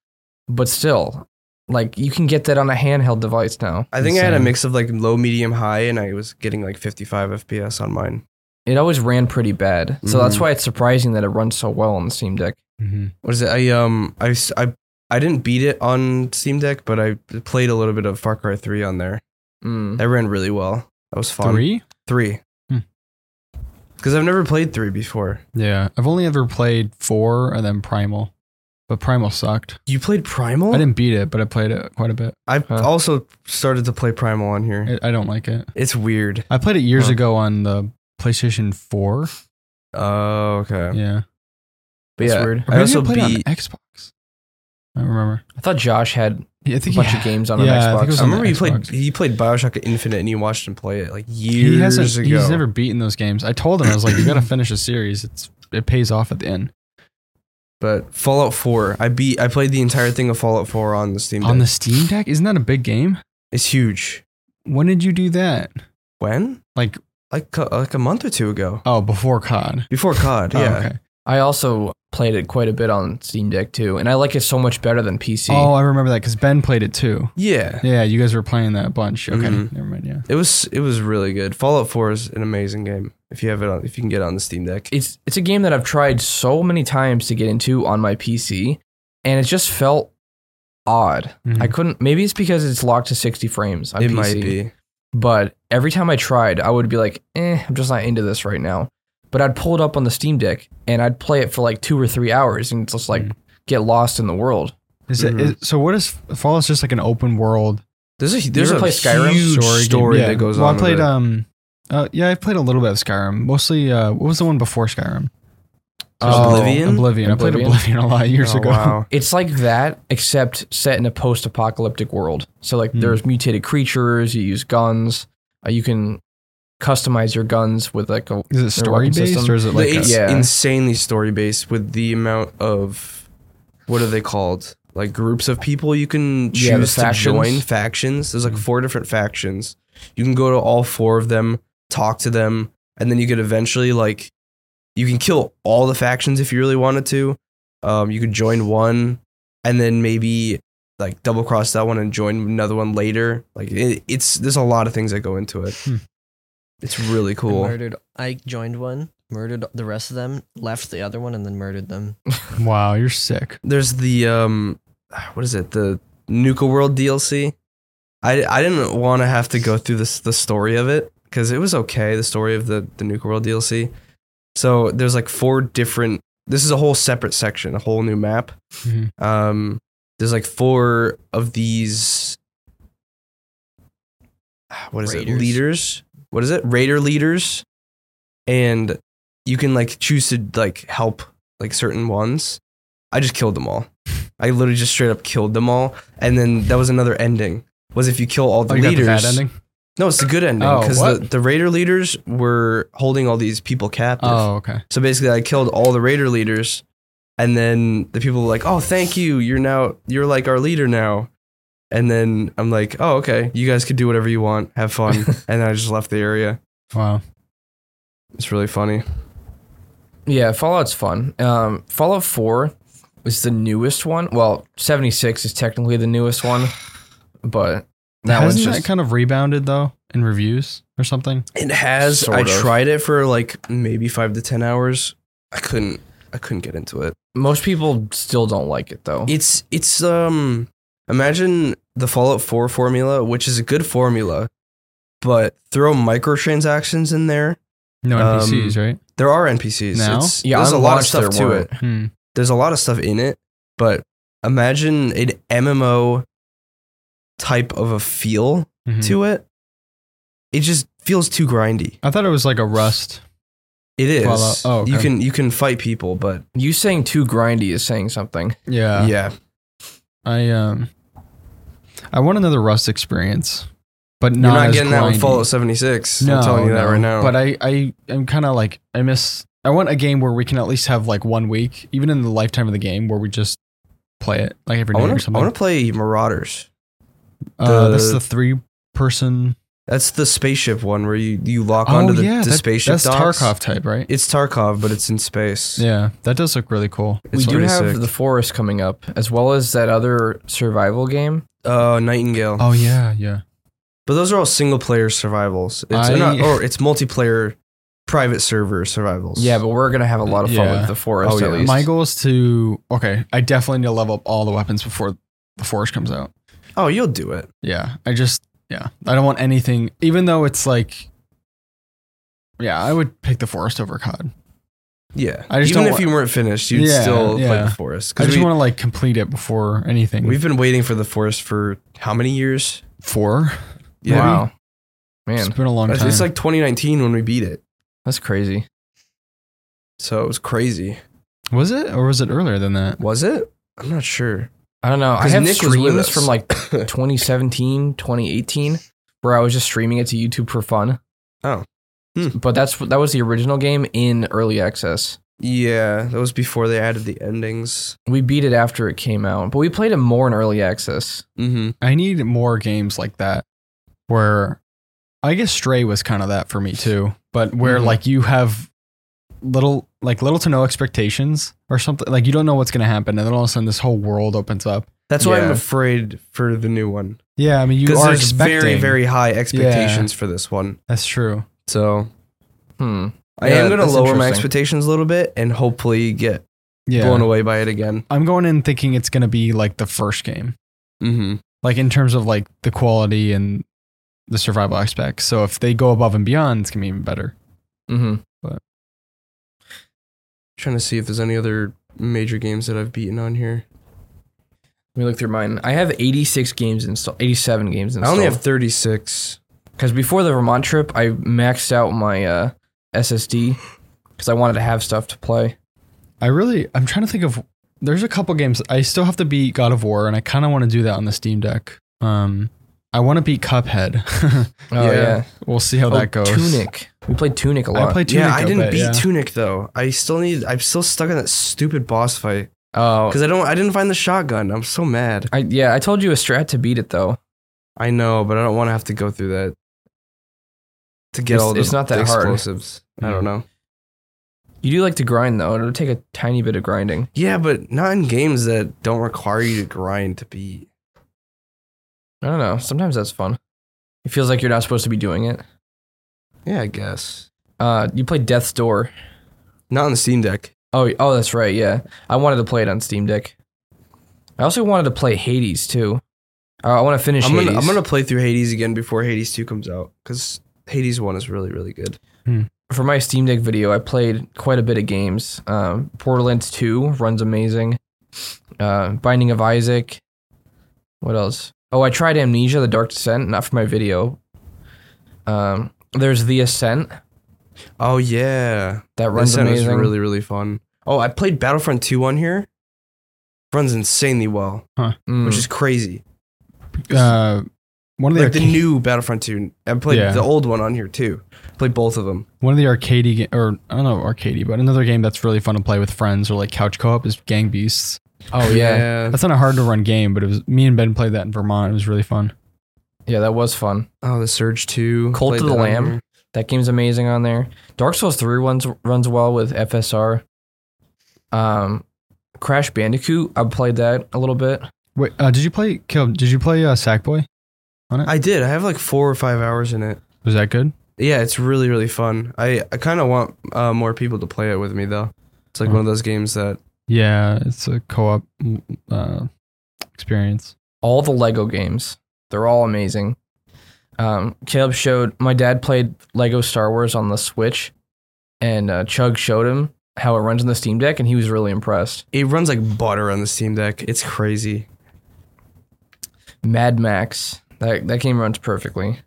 Speaker 2: But still, like you can get that on a handheld device now.
Speaker 1: I think I had a
Speaker 3: Insane.
Speaker 1: mix of like low, medium, high, and I was getting like 55 FPS on mine,
Speaker 2: It always ran pretty bad, so
Speaker 1: Mhm.
Speaker 2: that's
Speaker 3: Mm-hmm.
Speaker 2: why it's surprising that it runs so well on the Steam Deck.
Speaker 3: Mhm.
Speaker 1: what is it? I um I s- I I didn't beat it on Steam Deck, but I played a little bit of Far Cry Three on there.
Speaker 2: Mm.
Speaker 1: That ran really well. That was fun.
Speaker 3: Three?
Speaker 1: Three.
Speaker 3: Hmm.
Speaker 1: Because I've never played three before.
Speaker 3: Yeah, I've only ever played four and then Primal, but Primal sucked.
Speaker 1: You played Primal?
Speaker 3: I didn't beat it, but I played it quite a bit.
Speaker 1: I
Speaker 2: Huh.
Speaker 1: also started to play Primal on here.
Speaker 3: I, I don't like it.
Speaker 1: it's weird.
Speaker 3: I played it years
Speaker 2: Huh.
Speaker 3: ago on the PlayStation Four.
Speaker 1: Oh, okay.
Speaker 3: Yeah,
Speaker 2: But
Speaker 1: That's
Speaker 2: yeah,
Speaker 1: weird.
Speaker 3: Or
Speaker 1: I
Speaker 3: maybe
Speaker 1: also
Speaker 3: played it
Speaker 1: beat.
Speaker 3: on Xbox. I don't remember.
Speaker 2: I thought Josh had
Speaker 3: Yeah, I
Speaker 2: a
Speaker 3: think
Speaker 2: bunch
Speaker 3: he,
Speaker 2: of games on
Speaker 3: Yeah, I
Speaker 2: an
Speaker 3: think it
Speaker 2: Xbox.
Speaker 3: was
Speaker 1: I
Speaker 3: on
Speaker 1: remember
Speaker 3: the
Speaker 1: you played.
Speaker 3: Xbox.
Speaker 1: He played Bioshock Infinite, and you watched him play it like years
Speaker 3: he hasn't.
Speaker 1: ago.
Speaker 3: He's never beaten those games. I told him I was like, you got to finish a series. It's it pays off at the end
Speaker 1: But Fallout Four, I beat. I played the entire thing of Fallout Four on the Steam.
Speaker 3: on the
Speaker 1: Deck.
Speaker 3: Steam Deck. Isn't that a big game?
Speaker 1: it's huge.
Speaker 3: When did you do that?
Speaker 1: When?
Speaker 3: Like
Speaker 1: Like co- like a month or two ago,
Speaker 3: oh, before COD.
Speaker 1: before COD.
Speaker 3: Oh,
Speaker 1: yeah.
Speaker 3: okay.
Speaker 2: I also played it quite a bit on Steam Deck too, and I like it so much better than PC.
Speaker 3: Oh, I remember that because Ben played it too.
Speaker 1: Yeah.
Speaker 3: Yeah, you guys were playing that a bunch. Okay,
Speaker 1: Mhm.
Speaker 3: never mind. Yeah,
Speaker 1: It was it was really good. Fallout Four is an amazing game. If you have it on, if you can get it on the Steam Deck.
Speaker 2: it's it's a game that I've tried so many times to get into on my PC, and it just felt odd.
Speaker 3: Mm-hmm.
Speaker 2: I couldn't. Maybe it's because it's locked to sixty frames. On
Speaker 1: Hmm. it
Speaker 2: PC,
Speaker 1: might be.
Speaker 2: but every time I tried, I would be like, "Eh, I'm just not into this right now." But I'd pull it up on the Steam Deck and I'd play it for like two or three hours, and just
Speaker 1: Hmm.
Speaker 2: like
Speaker 3: Mhm.
Speaker 2: get lost in the world.
Speaker 3: Is it-
Speaker 1: Mhm.
Speaker 3: is- so? What is Fallout's just like an open world
Speaker 1: There's a there's
Speaker 2: ever
Speaker 1: a
Speaker 2: play Skyrim?
Speaker 1: huge
Speaker 3: game?
Speaker 1: story,
Speaker 3: Yeah.
Speaker 1: that goes
Speaker 3: well,
Speaker 1: on.
Speaker 3: I
Speaker 1: with
Speaker 3: played
Speaker 1: it.
Speaker 3: um, uh, yeah, I played a little bit of Skyrim. Mostly, uh, what was the one before Skyrim? Uh,
Speaker 2: Oh,
Speaker 1: Oblivion?
Speaker 3: Oblivion. I played
Speaker 2: Oblivion.
Speaker 3: Oblivion a lot of years
Speaker 1: Oh,
Speaker 3: ago.
Speaker 1: wow.
Speaker 2: It's like that, except set in a post-apocalyptic world. So like
Speaker 3: Hmm.
Speaker 2: there's mutated creatures. You use guns. Uh, you can customize your guns with like a
Speaker 3: Is it story
Speaker 2: weapon
Speaker 3: based
Speaker 2: system.
Speaker 3: or is it like
Speaker 1: it's
Speaker 3: a,
Speaker 2: Yeah.
Speaker 1: insanely story based with the amount of what are they called? Like groups of people you can choose
Speaker 2: Yeah, the
Speaker 1: to
Speaker 2: factions. Mm-hmm.
Speaker 1: join factions. There's like four different factions. You can go to all four of them, talk to them, and then you could eventually like you can kill all the factions if you really wanted to. Um, you could join one, and then maybe like double cross that one and join another one later. Like it, it's there's a lot of things that go into it.
Speaker 3: Hmm.
Speaker 1: It's really
Speaker 4: I
Speaker 1: cool.
Speaker 4: murdered. I joined one, murdered the rest of them, left the other one, and then murdered them.
Speaker 3: wow? You're sick.
Speaker 1: there's the um what is it the nuka world dlc i i didn't want to have to go through this the story of it because it was okay the story of the the nuka world dlc so there's like four different this is a whole separate section a whole new map
Speaker 3: Mhm.
Speaker 1: um there's like four of these what is it
Speaker 4: Raiders.
Speaker 1: leaders what is it raider leaders and you can like choose to like help like certain ones i just killed them all i literally just straight up killed them all and then that was another ending was if you kill all the
Speaker 3: Oh, you got
Speaker 1: leaders
Speaker 3: the bad ending.
Speaker 1: no it's the good ending
Speaker 3: Oh,
Speaker 1: because the,
Speaker 3: what?
Speaker 1: the raider leaders were holding all these people captive
Speaker 3: Oh, okay.
Speaker 1: so basically, I killed all the raider leaders, and then the people were like, "Oh, thank you. You're now you're like our leader now." And then I'm like, "Oh, okay. You guys can do whatever you want. Have fun." and then I just left the area.
Speaker 3: Wow.
Speaker 1: It's really funny.
Speaker 2: Yeah, Fallout's fun. Um, Fallout 4 is the newest one. Well, 76 is technically the newest one, but that
Speaker 3: Hasn't
Speaker 2: one's just.
Speaker 3: that kind of rebounded though in reviews or something?
Speaker 1: It has.
Speaker 2: Sort
Speaker 1: I
Speaker 2: of.
Speaker 1: tried it for like maybe five to ten hours. I couldn't. I couldn't get into it.
Speaker 2: most people still don't like it, though.
Speaker 1: It's it's um Imagine the Fallout 4 formula, which is a good formula, but throw microtransactions in there.
Speaker 3: No
Speaker 1: Um,
Speaker 3: NPCs, right?
Speaker 1: There are NPCs.
Speaker 3: No?
Speaker 1: It's,
Speaker 2: Yeah,
Speaker 1: there's a
Speaker 2: on
Speaker 1: lot of
Speaker 2: launch
Speaker 1: stuff
Speaker 2: there
Speaker 1: to
Speaker 2: weren't.
Speaker 1: it.
Speaker 3: Hmm.
Speaker 1: There's a lot of stuff in it, but imagine an MMO type of a feel
Speaker 3: Mhm.
Speaker 1: to it. It just feels too grindy.
Speaker 3: I thought it was like a Rust.
Speaker 1: It is.
Speaker 3: Fallout- oh, okay.
Speaker 1: You can you can fight people, but
Speaker 2: You saying too grindy is saying something.
Speaker 3: Yeah.
Speaker 1: yeah.
Speaker 3: I um I want another Rust experience. But
Speaker 1: You're
Speaker 3: not,
Speaker 1: not
Speaker 3: as
Speaker 1: getting that with
Speaker 3: grindy.
Speaker 1: Fallout 76.
Speaker 3: No,
Speaker 1: I'm telling you that
Speaker 3: no.
Speaker 1: right now.
Speaker 3: But I, I am kind of like I miss. I want a game where we can at least have like one week, even in the lifetime of the game, where we just play it like every
Speaker 1: I
Speaker 3: day or
Speaker 1: want to I
Speaker 3: something.
Speaker 1: want to play Marauders.
Speaker 3: uh, that's
Speaker 1: the-
Speaker 3: the three person.
Speaker 1: That's the spaceship one where you, you lock
Speaker 3: Oh,
Speaker 1: onto the,
Speaker 3: yeah,
Speaker 1: the
Speaker 3: that-
Speaker 1: spaceship
Speaker 3: That's
Speaker 1: docks.
Speaker 3: Tarkov type, right?
Speaker 1: It's Tarkov, but it's in space.
Speaker 3: Yeah, that does look really cool.
Speaker 1: It's
Speaker 2: we do
Speaker 1: pretty
Speaker 2: have
Speaker 1: sick.
Speaker 2: the forest coming up, as well as that other survival game.
Speaker 1: Uh, Nightingale.
Speaker 3: Oh yeah, yeah.
Speaker 1: But those are all single player survivals. It's
Speaker 3: I-
Speaker 1: not, or it's multiplayer private server survivals.
Speaker 2: Yeah, but we're gonna have a lot of fun
Speaker 3: Yeah.
Speaker 2: with the forest
Speaker 1: Oh,
Speaker 2: at
Speaker 1: yeah.
Speaker 2: least.
Speaker 3: My goal is to okay. I definitely need to level up all the weapons before the forest comes out.
Speaker 1: Oh, you'll do it.
Speaker 3: Yeah, I just yeah, I don't want anything. Even though it's like, yeah, I would pick the forest over COD.
Speaker 1: Yeah.
Speaker 3: I just
Speaker 1: Even
Speaker 3: don't
Speaker 1: if
Speaker 3: wa-
Speaker 1: you weren't finished, you'd
Speaker 3: Yeah,
Speaker 1: still play
Speaker 3: yeah.
Speaker 1: the forest.
Speaker 3: I
Speaker 1: Because
Speaker 3: just
Speaker 1: we,
Speaker 3: want to like complete it before anything.
Speaker 1: we've been waiting for the forest for how many years?
Speaker 3: four.
Speaker 1: Yeah.
Speaker 2: Wow, man,
Speaker 3: It's been a long
Speaker 1: It's
Speaker 3: time.
Speaker 1: it's like 2019 when we beat it.
Speaker 2: that's crazy.
Speaker 1: So it was crazy.
Speaker 3: was it or was it earlier than that?
Speaker 1: Was it? I'm not sure.
Speaker 2: I don't know. I
Speaker 1: 'Cause
Speaker 2: have
Speaker 1: Nick was with
Speaker 2: streams
Speaker 1: us.
Speaker 2: from like 2017, 2018, where I was just streaming it to YouTube for fun.
Speaker 1: Oh. Hmm.
Speaker 2: But that's that was the original game in early access.
Speaker 1: Yeah, that was before they added the endings.
Speaker 2: We beat it after it came out, but we played it more in early access.
Speaker 1: Mm-hmm.
Speaker 3: I need more games like that where I guess Stray was kind of that for me too, but where
Speaker 1: Mhm.
Speaker 3: like you have little like little to no expectations or something like you don't know what's going to happen and then all of a sudden this whole world opens up.
Speaker 1: That's why I'm
Speaker 2: Yeah.
Speaker 1: afraid for the new one.
Speaker 3: Yeah, I mean you
Speaker 1: Because
Speaker 3: are
Speaker 1: there's
Speaker 3: expecting
Speaker 1: very, very high expectations for this one.
Speaker 3: That's true.
Speaker 1: So
Speaker 2: Hmm.
Speaker 1: I
Speaker 2: Yeah,
Speaker 1: am going to
Speaker 2: that's
Speaker 1: lower my
Speaker 2: interesting.
Speaker 1: expectations a little bit and hopefully get
Speaker 3: Yeah.
Speaker 1: blown away by it again.
Speaker 3: I'm going in thinking it's going to be like the first game.
Speaker 1: Mm-hmm.
Speaker 3: Like in terms of like the quality and the survival aspect. So if they go above and beyond, it's going to be even better.
Speaker 2: hmm
Speaker 1: Trying to see if there's any other major games that I've beaten on here.
Speaker 2: Let me look through mine. I have 86 games installed, 87 games
Speaker 1: I
Speaker 2: installed.
Speaker 1: only have 36.
Speaker 2: because before the Vermont trip, I maxed out my uh, SSD because I wanted to have stuff to play.
Speaker 3: I really, I'm trying to think of. There's a couple games I still have to beat God of War, and I kind of want to do that on the Steam Deck. Um, I want to beat Cuphead.
Speaker 2: Oh
Speaker 1: Yeah.
Speaker 2: yeah,
Speaker 3: we'll see how
Speaker 2: Oh,
Speaker 3: that goes.
Speaker 2: Tunic. We played Tunic a lot.
Speaker 3: I played Tunic.
Speaker 1: yeah, I
Speaker 3: a
Speaker 1: didn't
Speaker 3: bit,
Speaker 1: beat
Speaker 3: yeah.
Speaker 1: Tunic though. I still need. I'm still stuck in that stupid boss fight
Speaker 2: oh,
Speaker 1: because I don't. I didn't find the shotgun. I'm so mad.
Speaker 2: I, yeah. I told you a strat to beat it though.
Speaker 1: I know, but I don't want to have to go through that to get
Speaker 2: It's-
Speaker 1: all the,
Speaker 2: it's not that
Speaker 1: the
Speaker 2: hard. Mm-hmm.
Speaker 1: explosives. I don't know.
Speaker 2: You do like to grind though. It'll take a tiny bit of grinding.
Speaker 1: Yeah, but not in games that don't require you to grind to beat.
Speaker 2: I don't know. Sometimes that's fun. It feels like you're not supposed to be doing it.
Speaker 1: Yeah, I guess
Speaker 2: Uh, you played Death's Door.
Speaker 1: not on the Steam Deck.
Speaker 2: Oh, oh, that's right. Yeah, I wanted to play it on Steam Deck. I also wanted to play Hades too. Uh, I want to finish
Speaker 1: I'm gonna,
Speaker 2: Hades.
Speaker 1: I'm gonna play through Hades again before Hades two comes out because Hades one is really really good.
Speaker 2: for my Steam Deck video, I played quite a bit of games. Um, Borderlands 2 runs amazing. Uh, Binding of Isaac. What else? Oh, I tried Amnesia: The Dark Descent, not for my video. Um, there's The Ascent
Speaker 1: Oh yeah,
Speaker 2: that
Speaker 1: That
Speaker 2: runs
Speaker 1: sound is
Speaker 2: amazing.
Speaker 1: really really fun. Oh, I played Battlefront 2 on here. Runs insanely well,
Speaker 2: Mm.
Speaker 1: which is crazy.
Speaker 3: Uh, one of the,
Speaker 1: Like the
Speaker 3: arca-
Speaker 1: new Battlefront 2. I played
Speaker 3: Yeah.
Speaker 1: the old one on here too. Played both of them.
Speaker 3: one of the arcadey ga- or I don't know arcadey, but another game that's really fun to play with friends or like couch co-op is Gang Beasts.
Speaker 2: oh yeah,
Speaker 3: That's not a hard to run game, but it was me and Ben played that in Vermont. It was really fun.
Speaker 2: yeah, that was fun.
Speaker 1: Oh, the Surge 2.
Speaker 2: Cult
Speaker 1: Played
Speaker 2: of the
Speaker 1: that on
Speaker 2: Lamb.
Speaker 1: here.
Speaker 2: That game's amazing on there. Dark Souls 3 runs runs well with FSR. Um, Crash Bandicoot, I played that a little bit.
Speaker 3: Wait, uh, did you play Caleb? Did you play uh, Sackboy?
Speaker 1: I did. I have like four or five hours in it.
Speaker 3: Was that good?
Speaker 1: Yeah, it's really, really fun. I, I kind of want uh, more people to play it with me though. It's like
Speaker 3: Hmm.
Speaker 1: one of those games that
Speaker 3: Yeah, it's a co-op uh, experience.
Speaker 2: all the Lego games. They're all amazing. Um, Caleb showed my dad played Lego Star Wars on the Switch, and uh, Chug showed him how it runs on the Steam Deck, and he was really impressed.
Speaker 1: It runs like butter on the Steam Deck. It's crazy.
Speaker 2: Mad Max, that that game runs perfectly.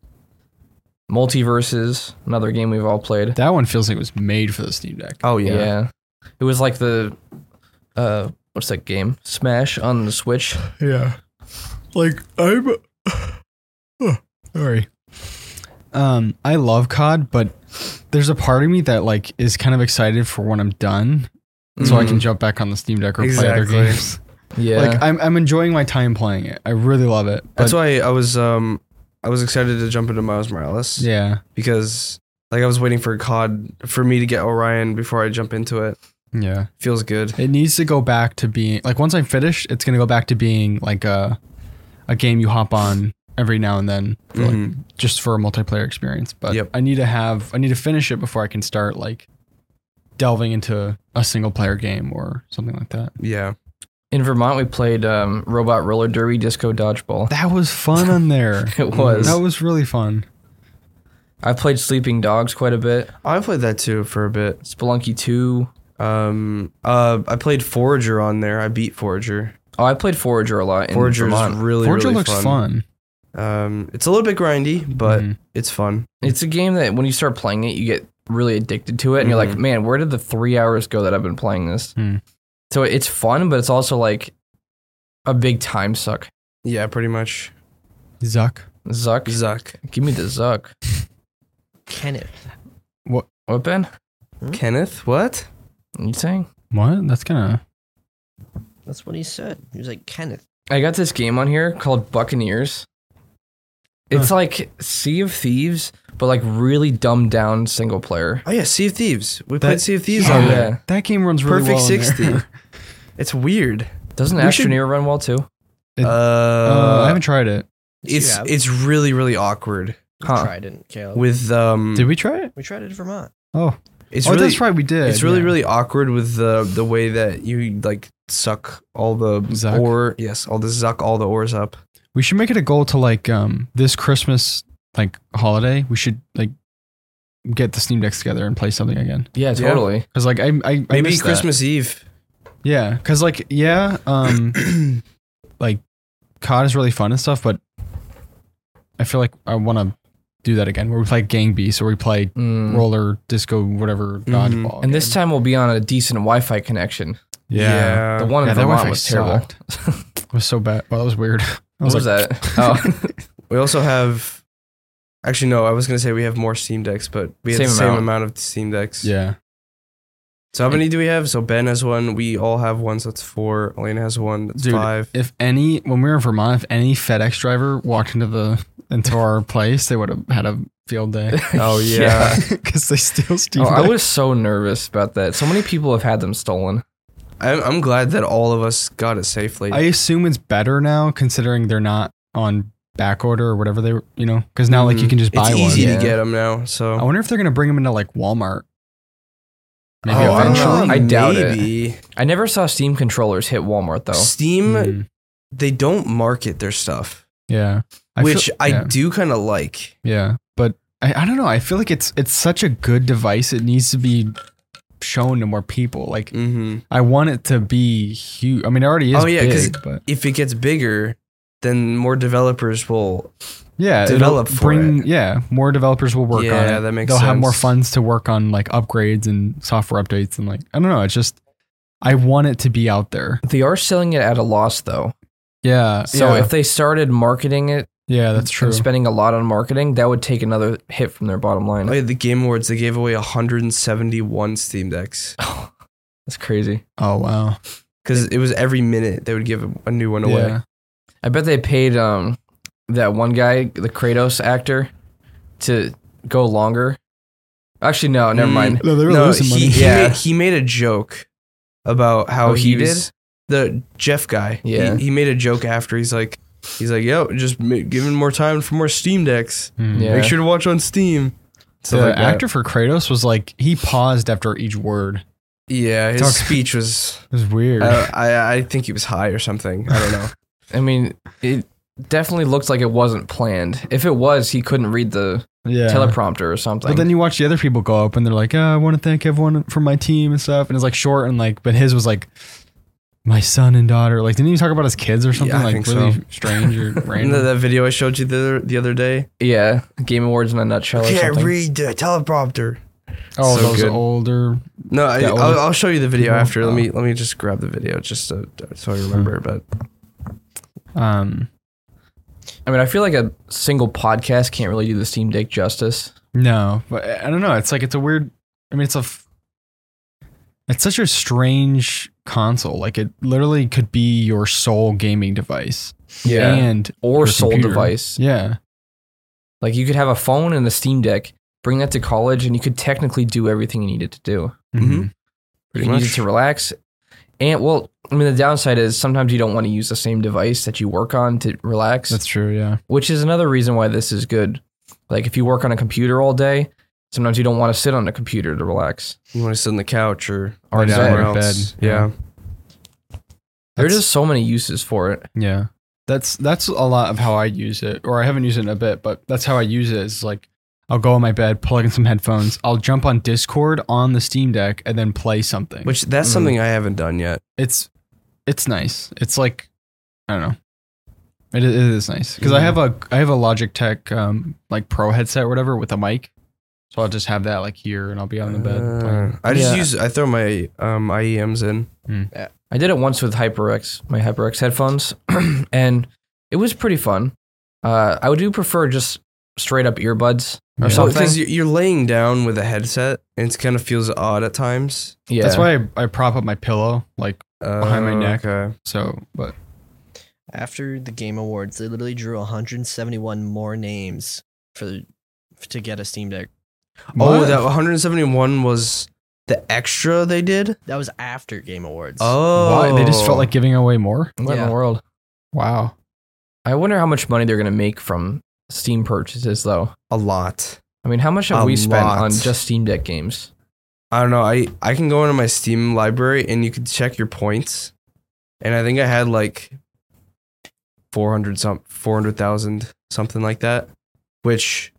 Speaker 2: Multiverses, another game we've all played.
Speaker 3: That one feels like it was made for the Steam Deck.
Speaker 1: Oh yeah.
Speaker 2: Yeah. It was like the uh what's that game? Smash on the Switch.
Speaker 3: Yeah. Like I'm sorry. Um, I love COD, but there's a part of me that like is kind of excited for when I'm done,
Speaker 1: Mm-hmm.
Speaker 3: so I can jump back on the Steam Deck or play
Speaker 1: Exactly.
Speaker 3: other games.
Speaker 2: Yeah.
Speaker 3: Like I'm, I'm enjoying my time playing it. I really love it. But
Speaker 1: That's why I was um I was excited to jump into Miles Morales.
Speaker 3: yeah,
Speaker 1: Because like I was waiting for COD for me to get Orion before I jump into it.
Speaker 3: yeah.
Speaker 1: Feels good.
Speaker 3: It needs to go back to being like once I'm finished, it's gonna go back to being like a a game you hop on every now and then for like
Speaker 1: Mhm.
Speaker 3: just for a multiplayer experience. But
Speaker 1: Yep.
Speaker 3: I need to have I need to finish it before I can start like delving into a single player game or something like that.
Speaker 1: Yeah.
Speaker 2: In Vermont we played um Robot Roller Derby Disco Dodgeball.
Speaker 3: That was fun on there.
Speaker 2: It was.
Speaker 3: that was really fun.
Speaker 2: I played Sleeping Dogs quite a bit.
Speaker 1: I played that too for a bit.
Speaker 2: Spelunky 2.
Speaker 1: Um uh I played Forager on there. I beat Forager.
Speaker 3: Mm,
Speaker 2: Oh, I played Forager a lot in
Speaker 1: Forager is
Speaker 2: Vermont.
Speaker 1: really
Speaker 3: Forger
Speaker 1: really
Speaker 3: looks fun.
Speaker 1: Um it's a little bit grindy, but
Speaker 3: Mhm.
Speaker 1: it's fun.
Speaker 2: It's a game that when you start playing it, you get really addicted to it, and you're like,
Speaker 1: Mhm.
Speaker 2: man, where did the three hours go that I've been playing this?
Speaker 3: Hmm.
Speaker 2: So it's fun, but it's also like a big time suck.
Speaker 1: Yeah, pretty much.
Speaker 3: Zuck.
Speaker 2: Zuck,
Speaker 1: Zuck.
Speaker 2: give me the Zuck.
Speaker 4: Kenneth.
Speaker 2: What Ben?
Speaker 1: Kenneth, what?
Speaker 2: you saying?
Speaker 3: What? That's gonna
Speaker 4: That's what he said. He was like, Kenneth.
Speaker 2: I got this game on here called Buccaneers. It's like Sea of Thieves, but like really dumbed down single player.
Speaker 1: Oh yeah, Sea of Thieves. We
Speaker 3: That-
Speaker 1: played Sea of Thieves
Speaker 2: Yeah.
Speaker 1: on there.
Speaker 3: that game runs really
Speaker 1: Perfect
Speaker 3: well on there.
Speaker 1: sixty. it's weird.
Speaker 2: Doesn't
Speaker 1: We should-
Speaker 2: Astroneer run well too?
Speaker 3: It-
Speaker 1: uh,
Speaker 3: Uh, I haven't tried it.
Speaker 1: it's
Speaker 4: Yeah.
Speaker 1: it's really really awkward
Speaker 4: We
Speaker 2: Huh.
Speaker 4: tried it, Caleb.
Speaker 1: with um.
Speaker 3: Did we try it?
Speaker 4: we tried it in Vermont.
Speaker 3: Oh,
Speaker 1: It's
Speaker 3: oh,
Speaker 1: really
Speaker 3: that's right. We did.
Speaker 1: it's really
Speaker 3: yeah.
Speaker 1: really awkward with the the way that you like suck all the
Speaker 3: Zuck?
Speaker 1: ore. Yes, all the zuck all the ores up.
Speaker 3: We should make it a goal to like um this Christmas like holiday. We should like get the Steam Decks together and play something again.
Speaker 2: Yeah,
Speaker 1: Yeah.
Speaker 2: totally.
Speaker 3: Cause like I I, I
Speaker 1: Maybe
Speaker 3: miss that.
Speaker 1: Christmas Eve.
Speaker 3: Yeah, cause like yeah, um, like COD is really fun and stuff, but I feel like I want to do that again where we play Gang Beast or we play
Speaker 2: Mm. Mm-hmm.
Speaker 3: Roller Disco whatever dodgeball.
Speaker 2: And this
Speaker 3: game.
Speaker 2: time we'll be on a decent Wi-Fi connection.
Speaker 3: yeah,
Speaker 2: The one in
Speaker 3: Uh, Yeah, that
Speaker 2: Vermont
Speaker 3: Wi-Fi
Speaker 2: was terrible.
Speaker 3: sucked. it was so bad. Well, that was weird. I
Speaker 2: What was
Speaker 3: like,
Speaker 2: that? Oh,
Speaker 1: We also have. Actually, no. I was gonna say we have more Steam decks, but we have
Speaker 2: Same
Speaker 1: the same
Speaker 2: amount.
Speaker 1: amount. of Steam decks.
Speaker 3: Yeah,
Speaker 1: So how many do we have? So Ben has one. We all have one. So that's four. Elena has one. That's
Speaker 3: Dude,
Speaker 1: five.
Speaker 3: if any when we were in Vermont, if any FedEx driver walked into the into our place, they would have had a field day.
Speaker 1: Oh yeah.
Speaker 3: because they steal Steam.
Speaker 2: Oh, I
Speaker 3: Deck.
Speaker 2: was so nervous about that. So many people have had them stolen.
Speaker 1: I'm, I'm glad that all of us got it safely.
Speaker 3: I assume it's better now considering they're not on back order or whatever they were, you know, because now like you
Speaker 1: Mhm.
Speaker 3: can just buy
Speaker 1: it's
Speaker 3: one.
Speaker 1: easy
Speaker 2: yeah.
Speaker 1: to get them now.
Speaker 3: I
Speaker 1: So
Speaker 3: wonder if they're gonna bring them into like Walmart. Maybe
Speaker 2: Oh, I don't
Speaker 3: eventually.
Speaker 2: know. I doubt it.
Speaker 1: Maybe.
Speaker 2: I never saw Steam controllers hit
Speaker 3: Oh.
Speaker 2: Walmart though.
Speaker 1: Steam,
Speaker 2: Hmm.
Speaker 3: Mm,
Speaker 1: they don't market their stuff,
Speaker 3: yeah, I feel-
Speaker 1: which I
Speaker 3: yeah,
Speaker 1: do kind of like.
Speaker 3: yeah, but I, I don't know. I feel like it's it's such a good device. It needs to be shown to more people. Like
Speaker 2: Mm-hmm.
Speaker 1: hmm
Speaker 3: I want it to be huge. I mean, it already is.
Speaker 1: Oh, yeah, 'cause-
Speaker 3: big, but
Speaker 1: If it gets bigger, then more developers will.
Speaker 3: yeah, it'll
Speaker 1: develop for
Speaker 3: bring yeah more developers will work on it.
Speaker 1: Yeah, that makes
Speaker 3: They'll have more
Speaker 1: sense.
Speaker 3: funds to work on like upgrades and software updates and like I don't know. It's just I want it to be out there.
Speaker 2: They are selling it at a loss though.
Speaker 3: Yeah.
Speaker 2: So
Speaker 3: yeah,
Speaker 2: if they started marketing it
Speaker 3: yeah, that's true.
Speaker 2: and spending a lot on marketing, that would take another hit from their bottom line.
Speaker 1: Oh, yeah, the Game Awards, they gave away 171 Steam Decks
Speaker 2: That's crazy.
Speaker 3: oh wow.
Speaker 1: because it was every minute they would give a new one away.
Speaker 3: Yeah.
Speaker 2: I bet they paid um that one guy, the Kratos actor, to go longer. Actually, no, never
Speaker 1: Mm.
Speaker 2: mind.
Speaker 3: No, they were
Speaker 1: No,
Speaker 3: losing
Speaker 1: he,
Speaker 3: money.
Speaker 1: he,
Speaker 2: Yeah.
Speaker 1: made, he made a joke about how
Speaker 2: Oh,
Speaker 1: he,
Speaker 2: he did?
Speaker 1: was- The Jeff guy. He-
Speaker 2: Yeah.
Speaker 1: He, made a joke after. He's like, he's like, yo, just ma- giving more time for more Steam Decks.
Speaker 3: Mm.
Speaker 2: Yeah.
Speaker 1: Make sure to watch on Steam.
Speaker 3: The
Speaker 1: Stuff like that.
Speaker 3: actor for Kratos was like he paused after each word.
Speaker 1: Yeah, his
Speaker 3: Talk-
Speaker 1: speech was.
Speaker 3: It was weird.
Speaker 1: Uh, I, I I think he was high or something. I don't know.
Speaker 3: Mm.
Speaker 2: I mean, it definitely looks like it wasn't planned. If it was, he couldn't read the
Speaker 3: Yeah.
Speaker 2: teleprompter or something.
Speaker 3: But then you watch the other people go up and they're like, oh, I want to thank everyone for my team and stuff. And it's like short and like, but his was like, my son and daughter. Like, didn't he talk about his kids or something?
Speaker 1: I
Speaker 3: like,
Speaker 1: think
Speaker 3: really
Speaker 1: so.
Speaker 3: strange or
Speaker 1: And
Speaker 3: random.
Speaker 1: that, that video I showed you the other, the other day.
Speaker 2: yeah, Game Awards in a nutshell. Or something.
Speaker 1: read the teleprompter.
Speaker 3: oh,
Speaker 1: so
Speaker 3: those
Speaker 1: good.
Speaker 3: older.
Speaker 1: No, I,
Speaker 3: That
Speaker 1: I'll,
Speaker 3: old
Speaker 1: I'll show you the video
Speaker 3: people?
Speaker 1: after.
Speaker 3: Oh. Hmm.
Speaker 1: Let me let me just grab the video just so, so I remember. But
Speaker 3: Um,
Speaker 2: I mean, I feel like a single podcast can't really do the Steam Deck justice.
Speaker 3: no, but I I don't know. It's like, it's a weird, I mean, it's a, f- it's such a strange console. Like, it literally could be your sole gaming device. And,
Speaker 2: or
Speaker 3: your
Speaker 2: sole
Speaker 3: computer.
Speaker 2: device.
Speaker 3: Yeah.
Speaker 2: Like you could have a phone and a Steam Deck, bring that to college, and you could technically do everything you needed to do.
Speaker 1: Mhm.
Speaker 2: you
Speaker 1: much.
Speaker 2: needed to relax. And well, I mean, the downside is sometimes you don't want to use the same device that you work on to relax,
Speaker 3: That's true. Yeah.
Speaker 2: which is another reason why this is good. Like if you work on a computer all day, sometimes you don't want to sit on a computer to relax.
Speaker 1: you want to sit on the couch or
Speaker 3: Or
Speaker 1: or
Speaker 3: down
Speaker 1: somewhere
Speaker 3: in bed.
Speaker 1: else?
Speaker 3: Yeah.
Speaker 1: Yeah.
Speaker 2: There are
Speaker 3: That's-
Speaker 2: just so many uses for it.
Speaker 3: Yeah. That's that's a lot of how I use it. Or I haven't used it in a bit, but that's how I use it. Is like I'll go on my bed, plug in some headphones, I'll jump on Discord on the Steam Deck and then play something.
Speaker 1: Which that's
Speaker 2: Mm.
Speaker 1: something I haven't done yet.
Speaker 3: it's it's nice. It's like I don't know. It is, it is nice because I have a I have a Logitech um like Pro headset or whatever with a mic, so I'll just have that like here and I'll be on the bed. playing.
Speaker 1: Uh, I just
Speaker 2: Yeah.
Speaker 1: use I throw my um, IEMs in.
Speaker 2: I did it once with HyperX, my HyperX headphones, and it was pretty fun. Uh, I would do prefer just straight up earbuds or
Speaker 3: Yeah.
Speaker 1: Well,
Speaker 2: something.
Speaker 1: because you- you're laying down with a headset and it kind of feels odd at times
Speaker 2: yeah,
Speaker 3: That's why I, I prop up my pillow like
Speaker 1: uh,
Speaker 3: Behind my neck.
Speaker 1: Okay.
Speaker 3: so. But
Speaker 4: After the Game Awards, they literally drew 171 more names for to get a Steam Deck.
Speaker 1: Oh,
Speaker 3: What?
Speaker 1: that 171 was the extra they did.
Speaker 4: That was after Game Awards.
Speaker 1: Oh,
Speaker 3: Why? they just felt like giving away more.
Speaker 2: What in
Speaker 4: Yeah.
Speaker 2: the world?
Speaker 3: Wow.
Speaker 2: I wonder how much money they're gonna make from Steam purchases, though.
Speaker 1: Oh. a lot.
Speaker 2: I mean, how much have
Speaker 1: A
Speaker 2: we spent
Speaker 1: lot.
Speaker 2: on just Steam Deck games?
Speaker 1: I don't know. I I can go into my Steam library and you could check your points, and I think I had like four hundred some four hundred thousand something like that, which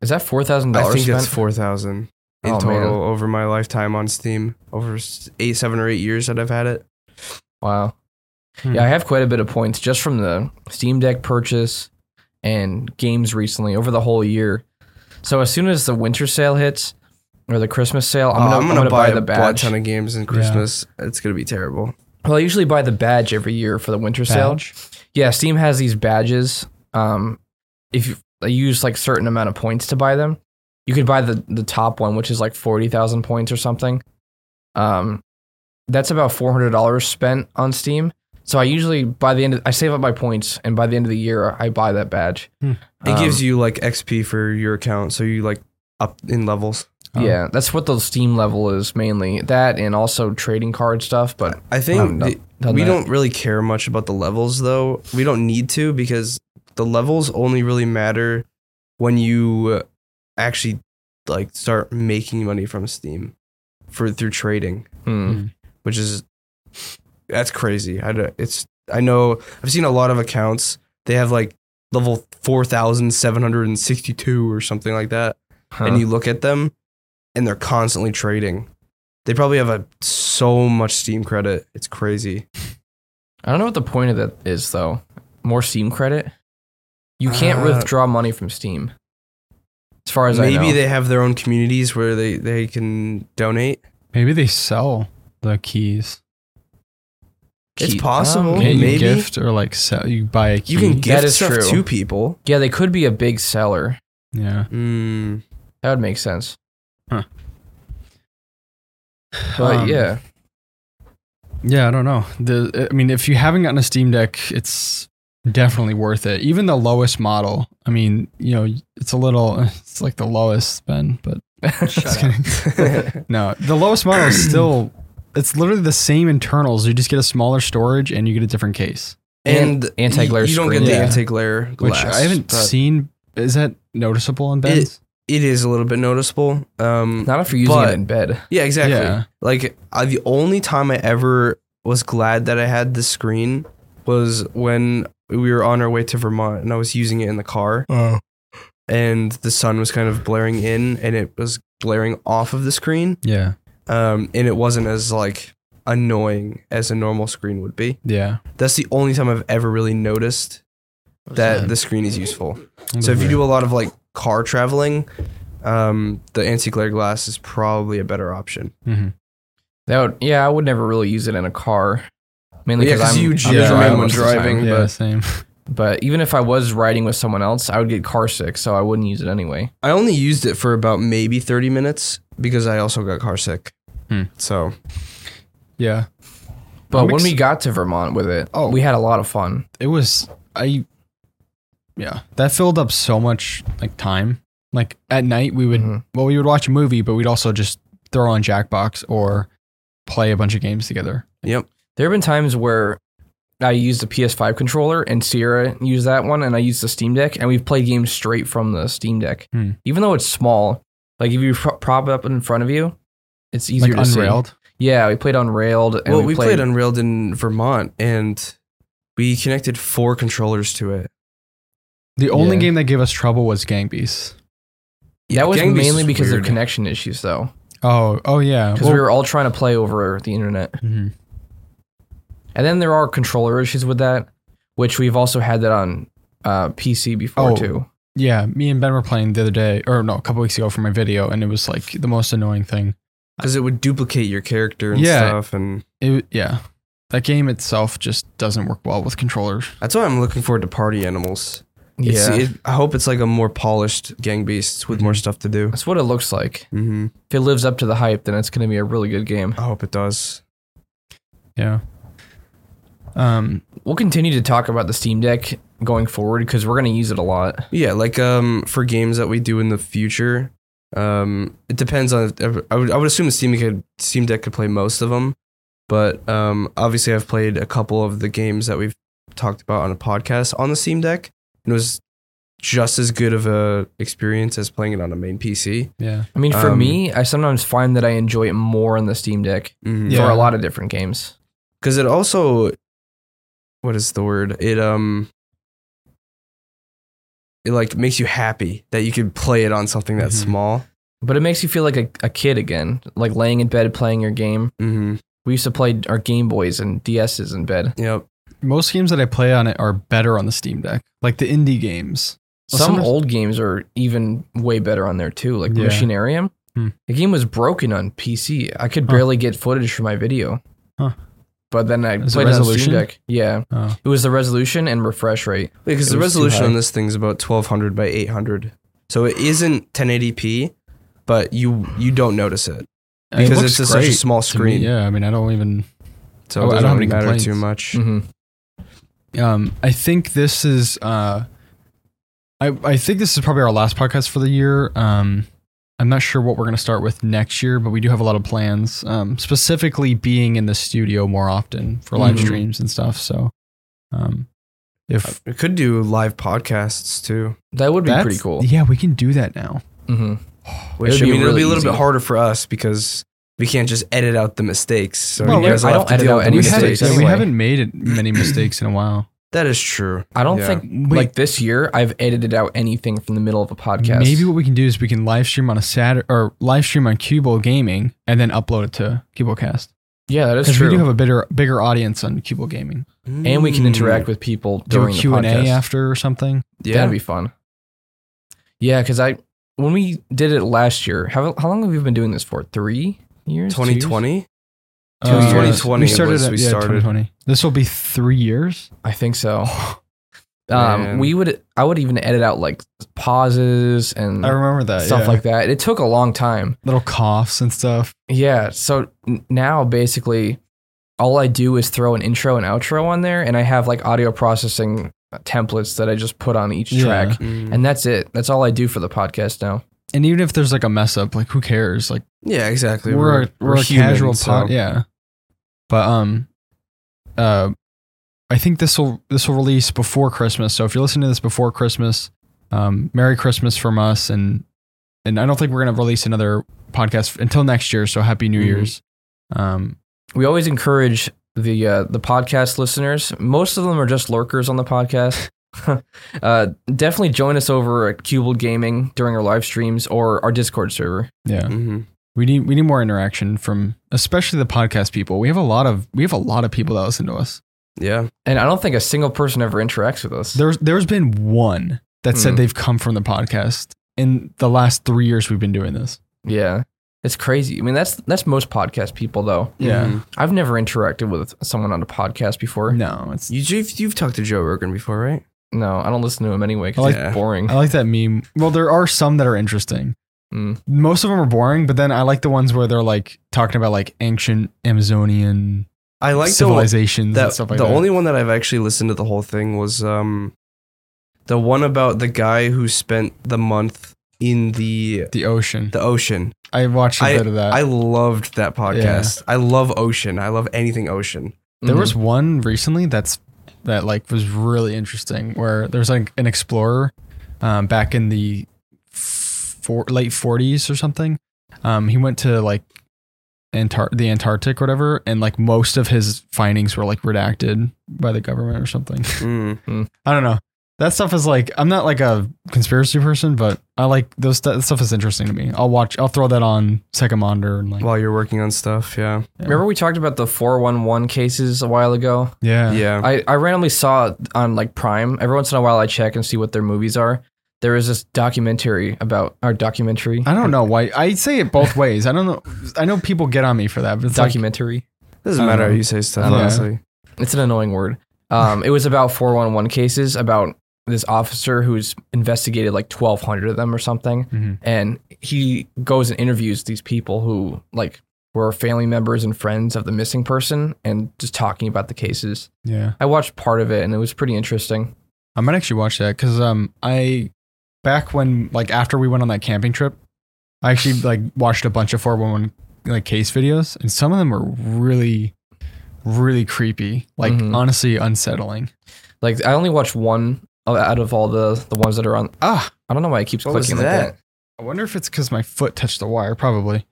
Speaker 2: Is that four thousand
Speaker 1: I
Speaker 2: dollars
Speaker 1: think
Speaker 2: spent?
Speaker 1: that's four thousand in
Speaker 2: Oh, man.
Speaker 1: total over my lifetime on Steam over s- eight seven or eight years that I've had it.
Speaker 2: wow.
Speaker 3: Hmm.
Speaker 2: Yeah, I have quite a bit of points just from the Steam Deck purchase and games recently over the whole year. So as soon as the winter sale hits or the Christmas sale, I'm
Speaker 1: Uh,
Speaker 2: gonna, I'm gonna, buy, the
Speaker 1: a blood
Speaker 2: badge.
Speaker 1: ton of games in Christmas. It's gonna be terrible.
Speaker 2: Well, I usually buy the badge every year for the winter sale. Yeah, Steam has these badges. Um, if you I use like certain amount of points to buy them, you could buy the the top one, which is like forty thousand points or something. Um, that's about four hundred dollars spent on Steam. So I usually by the end, of, I save up my points, and by the end of the year, I buy that badge.
Speaker 3: Hmm.
Speaker 1: It
Speaker 2: Um,
Speaker 1: gives you like XP for your account, so you like up in levels.
Speaker 3: Oh.
Speaker 2: yeah, that's what the Steam level is mainly. That and also trading card stuff. But
Speaker 1: I
Speaker 2: haven't
Speaker 1: think
Speaker 2: done-
Speaker 1: the-
Speaker 2: done
Speaker 1: we
Speaker 2: that.
Speaker 1: don't really care much about the levels though. We don't need to because the levels only really matter when you uh, actually like start making money from Steam for through trading,
Speaker 2: Hmm.
Speaker 1: which is that's crazy. I don't- it's I know I've seen a lot of accounts they have like level 4762 or something like that
Speaker 2: Huh.
Speaker 1: and you look at them and they're constantly trading. They probably have a so much steam credit. It's crazy.
Speaker 2: I don't know what the point of that is though. More Steam credit. You can't
Speaker 1: Uh,
Speaker 2: withdraw money from Steam. As far as I know.
Speaker 1: Maybe they have their own communities where they, they can donate.
Speaker 3: Maybe they sell the keys.
Speaker 1: It's
Speaker 2: Keep-
Speaker 1: possible.
Speaker 2: um,
Speaker 3: Can't you
Speaker 1: maybe
Speaker 3: gift or like sell? You buy a key.
Speaker 1: you can
Speaker 2: Mm, That
Speaker 1: gift
Speaker 2: is
Speaker 1: stuff
Speaker 2: true.
Speaker 1: to people.
Speaker 2: yeah, they could be a big seller.
Speaker 3: yeah.
Speaker 1: Mm,
Speaker 2: That would make sense.
Speaker 3: Huh.
Speaker 2: But
Speaker 3: Um,
Speaker 2: yeah,
Speaker 3: Yeah, I don't know. The I mean, if you haven't gotten a Steam Deck, it's definitely worth it. Even the lowest model. I mean, you know, it's a little. It's like the lowest Ben, but just kidding. no, the lowest model is still. It's literally the same internals. You just get a smaller storage and you get a different case,
Speaker 1: and
Speaker 2: anti-glare
Speaker 1: You, you don't get
Speaker 2: screen.
Speaker 1: the
Speaker 3: Yeah.
Speaker 1: anti glare
Speaker 3: which
Speaker 1: glass,
Speaker 3: I haven't
Speaker 1: but
Speaker 3: seen. Is that noticeable on Ben's?
Speaker 1: It is a little bit noticeable. Um,
Speaker 2: not if you're using
Speaker 1: but-
Speaker 2: it in bed.
Speaker 1: yeah, exactly.
Speaker 3: Yeah.
Speaker 1: Like I, the only time I ever was glad that I had this screen was when we were on our way to Vermont and I was using it in the car
Speaker 3: Oh.
Speaker 1: and the sun was kind of blaring in and it was blaring off of the screen.
Speaker 3: Yeah.
Speaker 1: Um, and it wasn't as like annoying as a normal screen would be.
Speaker 3: Yeah.
Speaker 1: That's the only time I've ever really noticed that the screen is useful. So if you do a lot of like car traveling, um, the anti-glare glass is probably a better option.
Speaker 3: hmm
Speaker 2: That would, yeah, I would never really use it in a car. Mainly
Speaker 1: Yeah,
Speaker 2: because
Speaker 1: 'cause
Speaker 2: I'm,
Speaker 1: you
Speaker 2: I'm
Speaker 1: generally
Speaker 2: driving
Speaker 1: when
Speaker 2: most of the
Speaker 1: driving.
Speaker 2: time.
Speaker 3: Yeah,
Speaker 1: but-
Speaker 3: same.
Speaker 2: But even if I was riding with someone else, I would get car sick, so I wouldn't use it anyway.
Speaker 1: I only used it for about maybe 30 minutes because I also got car sick.
Speaker 3: Hmm.
Speaker 1: So
Speaker 3: Yeah.
Speaker 2: But
Speaker 3: I'm
Speaker 2: when
Speaker 3: ex-
Speaker 2: we got to Vermont with it,
Speaker 3: Oh.
Speaker 2: we had a lot of fun.
Speaker 3: It was I Yeah. That filled up so much like time. Like at night we would
Speaker 2: Mhm.
Speaker 3: well, we would watch a movie, but we'd also just throw on Jackbox or play a bunch of games together.
Speaker 2: There have been times where I used the PS5 controller and Sierra used that one, and I used the Steam Deck, and we've played games straight from the Steam Deck.
Speaker 3: Hmm.
Speaker 2: Even though it's small, like if you pro- prop it up in front of you, it's
Speaker 3: Like
Speaker 2: easier to
Speaker 3: unrailed.
Speaker 2: see. Yeah, we played Unrailed. And
Speaker 1: well,
Speaker 2: we,
Speaker 1: we played, Unrailed in Vermont and we connected four controllers to it.
Speaker 3: The only
Speaker 2: Yeah.
Speaker 3: game that gave us trouble was Gang Beasts.
Speaker 2: That was
Speaker 1: Gang Beasts
Speaker 2: mainly
Speaker 1: was
Speaker 2: because
Speaker 1: weird.
Speaker 2: of connection issues, though,
Speaker 3: Oh, oh yeah.
Speaker 2: because we were all trying to play over the internet.
Speaker 3: Mhm.
Speaker 2: And then there are controller issues with that, which we've also had that on uh, PC before
Speaker 3: Oh.
Speaker 2: too.
Speaker 3: Yeah, me and Ben were playing the other day, or no, a couple weeks ago for my video, and it was like the most annoying thing.
Speaker 1: Because it would duplicate your character and
Speaker 3: Yeah.
Speaker 1: stuff. And
Speaker 3: It, yeah, that game itself just doesn't work well with controllers.
Speaker 1: that's why I'm looking forward to Party Animals. It's-
Speaker 2: It's- it-
Speaker 1: it- I hope it's like a more polished Gang Beasts with
Speaker 2: Mm-hmm.
Speaker 1: more stuff to do.
Speaker 2: that's what it looks like.
Speaker 1: hmm
Speaker 2: If it lives up to the hype, then it's going to be a really good game.
Speaker 1: I hope it does.
Speaker 3: Yeah. Um.
Speaker 2: We'll continue to talk about the Steam Deck going forward because we're going to use it a lot.
Speaker 1: Yeah, like um, for games that we do in the future, um, it depends on. uh, I would I would assume the Steam could Steam Deck could play most of them, but um, obviously I've played a couple of the games that we've talked about on a podcast on the Steam Deck, and it was just as good of a experience as playing it on a main PC.
Speaker 3: Yeah.
Speaker 2: I mean, for
Speaker 1: Um,
Speaker 2: me, I sometimes find that I enjoy it more on the Steam Deck
Speaker 1: Mm-hmm.
Speaker 2: for
Speaker 3: Yeah.
Speaker 2: a lot of different games.
Speaker 1: because it also what is the word it um it like makes you happy that you could play it on something that's
Speaker 3: Mhm.
Speaker 1: small
Speaker 2: But it makes you feel like a, a kid again, like laying in bed playing your game.
Speaker 1: mm-hmm.
Speaker 2: We used to play our Game Boys and DSs in bed.
Speaker 1: yep
Speaker 3: Most games that I play on it are better on the Steam Deck, like the indie games. Well,
Speaker 2: Some
Speaker 3: sometimes-
Speaker 2: old games are even way better on there too, like
Speaker 3: Yeah.
Speaker 2: Machinarium.
Speaker 3: Hmm.
Speaker 2: The game was broken on PC. I could
Speaker 3: Huh.
Speaker 2: barely get footage for my video.
Speaker 3: Huh.
Speaker 2: But then I
Speaker 3: Is it
Speaker 2: played it on Steam
Speaker 3: resolution?
Speaker 2: Deck. Yeah,
Speaker 3: Oh.
Speaker 2: it was the resolution and refresh rate.
Speaker 1: because
Speaker 2: It
Speaker 1: the
Speaker 2: was too
Speaker 1: resolution
Speaker 2: high.
Speaker 1: on this thing's about 1200 by 800 so it isn't 1080p but you you don't notice it
Speaker 3: I mean, it
Speaker 1: because
Speaker 3: looks
Speaker 1: it's just such a
Speaker 3: great
Speaker 1: small
Speaker 3: to me,
Speaker 1: screen
Speaker 3: yeah, I mean, I don't even.
Speaker 1: so
Speaker 3: Oh,
Speaker 1: it
Speaker 3: I don't
Speaker 1: doesn't
Speaker 3: have
Speaker 1: really
Speaker 3: any
Speaker 1: matter too
Speaker 3: complaints.
Speaker 1: much
Speaker 2: Mhm.
Speaker 3: Um, I think this is uh, I I think this is probably our last podcast for the year. Um, I'm not sure what we're gonna start with next year, but we do have a lot of plans. Um, specifically being in the studio more often for live
Speaker 2: Mm-hmm.
Speaker 1: Mhm.
Speaker 3: streams and stuff. So, um,
Speaker 2: Mm.
Speaker 3: if
Speaker 1: we could do live podcasts too
Speaker 2: That would be
Speaker 3: that's-
Speaker 2: pretty cool.
Speaker 3: Yeah, we can do that now.
Speaker 2: hmm
Speaker 1: which
Speaker 2: would
Speaker 1: i
Speaker 2: be
Speaker 1: mean it'll be
Speaker 2: really
Speaker 1: a little
Speaker 2: easy.
Speaker 1: bit harder for us because we can't just edit out the mistakes so
Speaker 3: Well,
Speaker 1: you guys
Speaker 2: I
Speaker 1: will
Speaker 2: don't
Speaker 1: have to
Speaker 2: edit
Speaker 1: deal
Speaker 2: out
Speaker 1: with
Speaker 2: any
Speaker 1: the
Speaker 3: we
Speaker 2: mistakes
Speaker 3: haven't,
Speaker 1: mistakes
Speaker 3: yeah, we
Speaker 2: anyway.
Speaker 3: haven't made it- many mistakes in a while.
Speaker 1: that is true
Speaker 2: I don't
Speaker 1: Yeah.
Speaker 2: think like this year I've edited out anything from the middle of a podcast.
Speaker 3: Maybe what we can do is we can live stream on a Saturday or live stream on Cubole Gaming and then upload it to Cublecast.
Speaker 2: yeah, that is
Speaker 3: Because we
Speaker 2: true.
Speaker 3: do have a bigger bigger audience on Cubole Gaming.
Speaker 2: and we can interact with people
Speaker 3: Mm. Do a
Speaker 2: during
Speaker 3: Q
Speaker 2: the
Speaker 3: and
Speaker 2: podcast.
Speaker 3: A after or something.
Speaker 1: Mm. Yeah.
Speaker 2: That'd be fun. Yeah, because I when we did it last year, how how long have we been doing this for? Three years? Two years?
Speaker 1: 2020?
Speaker 2: Two
Speaker 3: Uh,
Speaker 2: years.
Speaker 1: 2020
Speaker 3: We
Speaker 1: it
Speaker 3: started.
Speaker 1: was,
Speaker 3: at-
Speaker 1: we
Speaker 3: yeah,
Speaker 1: started.
Speaker 3: 2020. This will be three years.
Speaker 2: I think so.
Speaker 1: Man.
Speaker 2: um, we would I would even edit out like pauses and
Speaker 3: I remember that
Speaker 2: stuff
Speaker 3: yeah.
Speaker 2: like that. It took a long time.
Speaker 3: little coughs and stuff.
Speaker 2: Yeah. So n- now basically, all I do is throw an intro and outro on there, and I have like audio processing uh, templates that I just put on each
Speaker 3: Yeah. Mm-hmm.
Speaker 2: track,
Speaker 1: Mm.
Speaker 2: and that's it. That's all I do for the podcast now.
Speaker 3: And even if there's like a mess up, like who cares? Like
Speaker 1: yeah, exactly.
Speaker 3: we're a, we're, a
Speaker 1: human,
Speaker 3: casual
Speaker 1: so-
Speaker 3: pod. Yeah. But um, uh, I think this will this will release before Christmas. So if you're listening to this before Christmas, um, Merry Christmas from us, and and I don't think we're gonna release another podcast until next year. So Happy New
Speaker 1: Mhm.
Speaker 3: Year's. Um,
Speaker 2: We always encourage the uh, the podcast listeners. Most of them are just lurkers on the podcast. uh, definitely join us over at Cubel Gaming during our live streams or our Discord server.
Speaker 3: Yeah.
Speaker 1: Mm-hmm.
Speaker 3: We need we need more interaction from especially the podcast people. We have a lot of we have a lot of people that listen to us.
Speaker 1: Yeah.
Speaker 2: And I don't think a single person ever interacts with us.
Speaker 3: There's there's been one that
Speaker 2: Hmm.
Speaker 3: said they've come from the podcast in the last three years we've been doing this.
Speaker 2: yeah, it's crazy. I mean, that's that's most podcast people though.
Speaker 3: Yeah.
Speaker 1: Mhm.
Speaker 2: I've never interacted with someone on a podcast before.
Speaker 3: No, it's
Speaker 1: You, you've, you've talked to Joe Rogan before, right?
Speaker 2: No, I don't listen to him anyway. 'cause
Speaker 3: I
Speaker 1: like-
Speaker 2: it's boring.
Speaker 3: I like that meme. Well, there are some that are interesting.
Speaker 2: Mm.
Speaker 3: Most of them are boring, but then I like the ones where they're like talking about like ancient Amazonian
Speaker 1: I like the one-
Speaker 3: civilizations
Speaker 1: that,
Speaker 3: and stuff like
Speaker 1: the
Speaker 3: that.
Speaker 1: only one that I've actually listened to the whole thing was um, the one about the guy who spent the month in the
Speaker 3: the ocean.
Speaker 1: the ocean.
Speaker 3: I watched a bit of that.
Speaker 1: I loved that podcast. I love ocean. I love anything ocean.
Speaker 3: there
Speaker 2: Mhm.
Speaker 3: was one recently that's that like was really interesting where there's like an explorer um, back in the four, late 40s or something. Um, he went to like Antar- the Antarctic, whatever, and like most of his findings were like redacted by the government or something.
Speaker 1: Mm.
Speaker 3: I don't know. That stuff is like I'm not like a conspiracy person, but I like those stu- that stuff is interesting to me. I'll watch. I'll throw that on second monitor and like
Speaker 1: While you're working on stuff, yeah,
Speaker 2: Remember we talked about the 411 cases a while ago?
Speaker 3: yeah
Speaker 1: yeah.
Speaker 2: I, I randomly saw on like Prime. Every once in a while, I check and see what their movies are. There is this documentary about our documentary.
Speaker 3: I don't know why I say it both ways. I don't know. I know people get on me for that, but it's like,
Speaker 2: documentary.
Speaker 1: Doesn't
Speaker 3: I
Speaker 1: matter
Speaker 3: don't
Speaker 1: how
Speaker 3: know.
Speaker 1: you say
Speaker 2: I
Speaker 1: stuff,
Speaker 2: don't know.
Speaker 1: honestly.
Speaker 2: It's an annoying word. Um, it was about 411 cases about this officer who's investigated like 1,200 of them or something.
Speaker 3: Mhm.
Speaker 2: And he goes and interviews these people who like were family members and friends of the missing person and just talking about the cases.
Speaker 3: yeah.
Speaker 2: I watched part of it and it was pretty interesting.
Speaker 3: I might actually watch that because um I back when like after we went on that camping trip, I actually like watched a bunch of 411 like case videos, and some of them were really really creepy. Like
Speaker 2: Mhm.
Speaker 3: honestly unsettling.
Speaker 2: Like I only watched one out of all the the ones that are on
Speaker 3: Ah,
Speaker 2: I don't know why it keeps
Speaker 1: What was
Speaker 2: clicking like
Speaker 1: that?
Speaker 2: that?
Speaker 3: I wonder if it's because my foot touched the wire. Probably.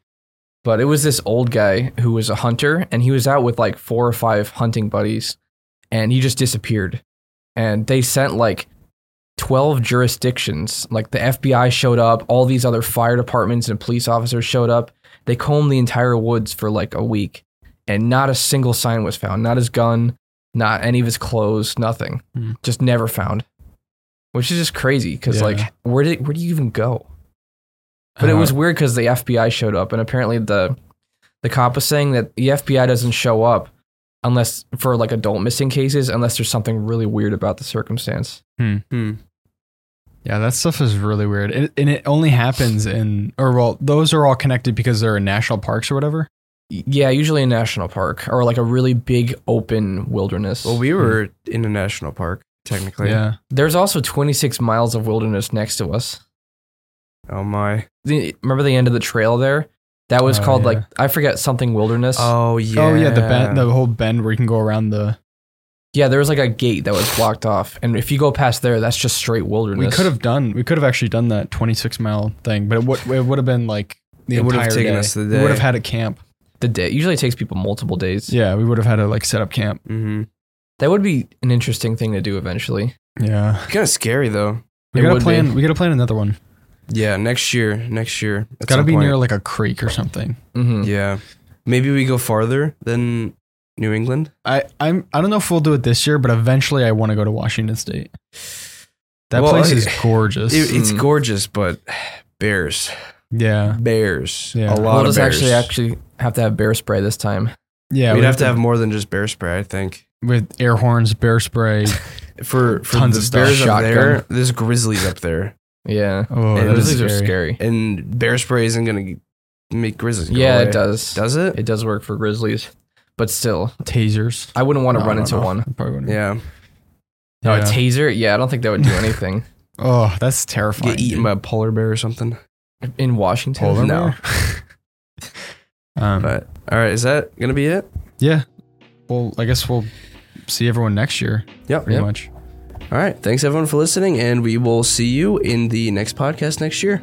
Speaker 2: But it was this old guy who was a hunter and he was out with like four or five hunting buddies and he just disappeared. And they sent like 12 jurisdictions. Like the FBI showed up, all these other fire departments and police officers showed up. They combed the entire woods for like a week and not a single sign was found. Not his gun, not any of his clothes, nothing.
Speaker 3: Hmm.
Speaker 2: Just never found. Which is just crazy because
Speaker 3: Yeah.
Speaker 2: like where did where do you even go? But it
Speaker 3: Uh,
Speaker 2: was weird because the FBI showed up, and apparently the the cop was saying that the FBI doesn't show up unless for like adult missing cases, unless there's something really weird about the circumstance.
Speaker 1: Hmm.
Speaker 3: Yeah, that stuff is really weird. It, and it only happens in, or well, those are all connected because they're in national parks or whatever.
Speaker 2: Y- Yeah, usually a national park or like a really big open wilderness.
Speaker 1: Well, we were in a national park technically.
Speaker 3: Mm. Yeah.
Speaker 2: there's also 26 miles of wilderness next to us.
Speaker 1: Oh my.
Speaker 2: The, remember the end of the trail there? That was
Speaker 3: Oh,
Speaker 2: called
Speaker 3: yeah.
Speaker 2: like I forget something wilderness.
Speaker 1: Oh yeah.
Speaker 3: Oh, yeah. The bend, the whole bend where you can go around the.
Speaker 2: yeah, there was like a gate that was blocked off, and if you go past there, that's just straight wilderness.
Speaker 3: We could have done, we could have actually done that 26 mile thing, but it would, it would have been like the
Speaker 1: It would have
Speaker 3: entire
Speaker 1: taken
Speaker 3: day.
Speaker 1: us the
Speaker 3: We would
Speaker 1: day.
Speaker 3: have had a camp.
Speaker 2: the day. Usually it takes people multiple days.
Speaker 3: Yeah. We would have had to like set up camp.
Speaker 1: hmm
Speaker 2: That would be an interesting thing to do eventually.
Speaker 3: Yeah.
Speaker 1: Kind of scary though.
Speaker 3: We
Speaker 2: It
Speaker 3: got to
Speaker 2: would
Speaker 3: plan,
Speaker 2: be.
Speaker 3: we got to plan another one.
Speaker 1: Yeah. Next year. Next year.
Speaker 3: It's got to be near like a creek or something.
Speaker 2: hmm
Speaker 1: Yeah. Maybe we go farther than New England.
Speaker 3: I, I'm, I don't know if we'll do it this year, but eventually I want to go to Washington State. That
Speaker 1: Well,
Speaker 3: place
Speaker 1: I-
Speaker 3: is gorgeous.
Speaker 1: It, it's
Speaker 2: Mm.
Speaker 1: gorgeous, but bears,
Speaker 3: yeah.
Speaker 1: bears, a
Speaker 3: Yeah.
Speaker 1: lot
Speaker 2: We'll
Speaker 1: of
Speaker 2: just
Speaker 1: bears.
Speaker 2: actually actually have to have bear spray this time.
Speaker 3: Yeah.
Speaker 1: We'd
Speaker 3: we
Speaker 1: have to have more than just bear spray, I think.
Speaker 3: with air horns, bear spray.
Speaker 1: For, for
Speaker 3: Tons
Speaker 1: the
Speaker 3: of stuff.
Speaker 1: bears up
Speaker 2: Shotgun.
Speaker 1: there, there's grizzlies up there,
Speaker 2: Yeah,
Speaker 3: Oh,
Speaker 1: Yeah,
Speaker 3: that is
Speaker 2: those are
Speaker 3: scary.
Speaker 2: scary.
Speaker 1: and bear spray isn't gonna make grizzlies. Go
Speaker 2: yeah,
Speaker 1: away.
Speaker 2: it does.
Speaker 1: Does it?
Speaker 2: It does work for grizzlies, but still,
Speaker 3: Tasers.
Speaker 2: I wouldn't want to
Speaker 3: No,
Speaker 2: run
Speaker 3: no,
Speaker 2: into
Speaker 3: no.
Speaker 2: one.
Speaker 3: I probably wouldn't.
Speaker 1: yeah,
Speaker 2: No, a
Speaker 3: Yeah.
Speaker 2: taser. Yeah, I don't think that would do anything
Speaker 3: Oh, that's terrifying.
Speaker 1: get eaten
Speaker 3: dude.
Speaker 1: by a polar bear or something.
Speaker 2: in Washington.
Speaker 3: Polar
Speaker 2: no,
Speaker 3: bear? um,
Speaker 1: But all right, is that gonna be it?
Speaker 3: yeah. Well, I guess we'll see everyone next year,
Speaker 1: Yep.
Speaker 3: pretty
Speaker 2: Yep.
Speaker 3: much.
Speaker 1: All right. Thanks everyone for listening, and we will see you in the next podcast next year.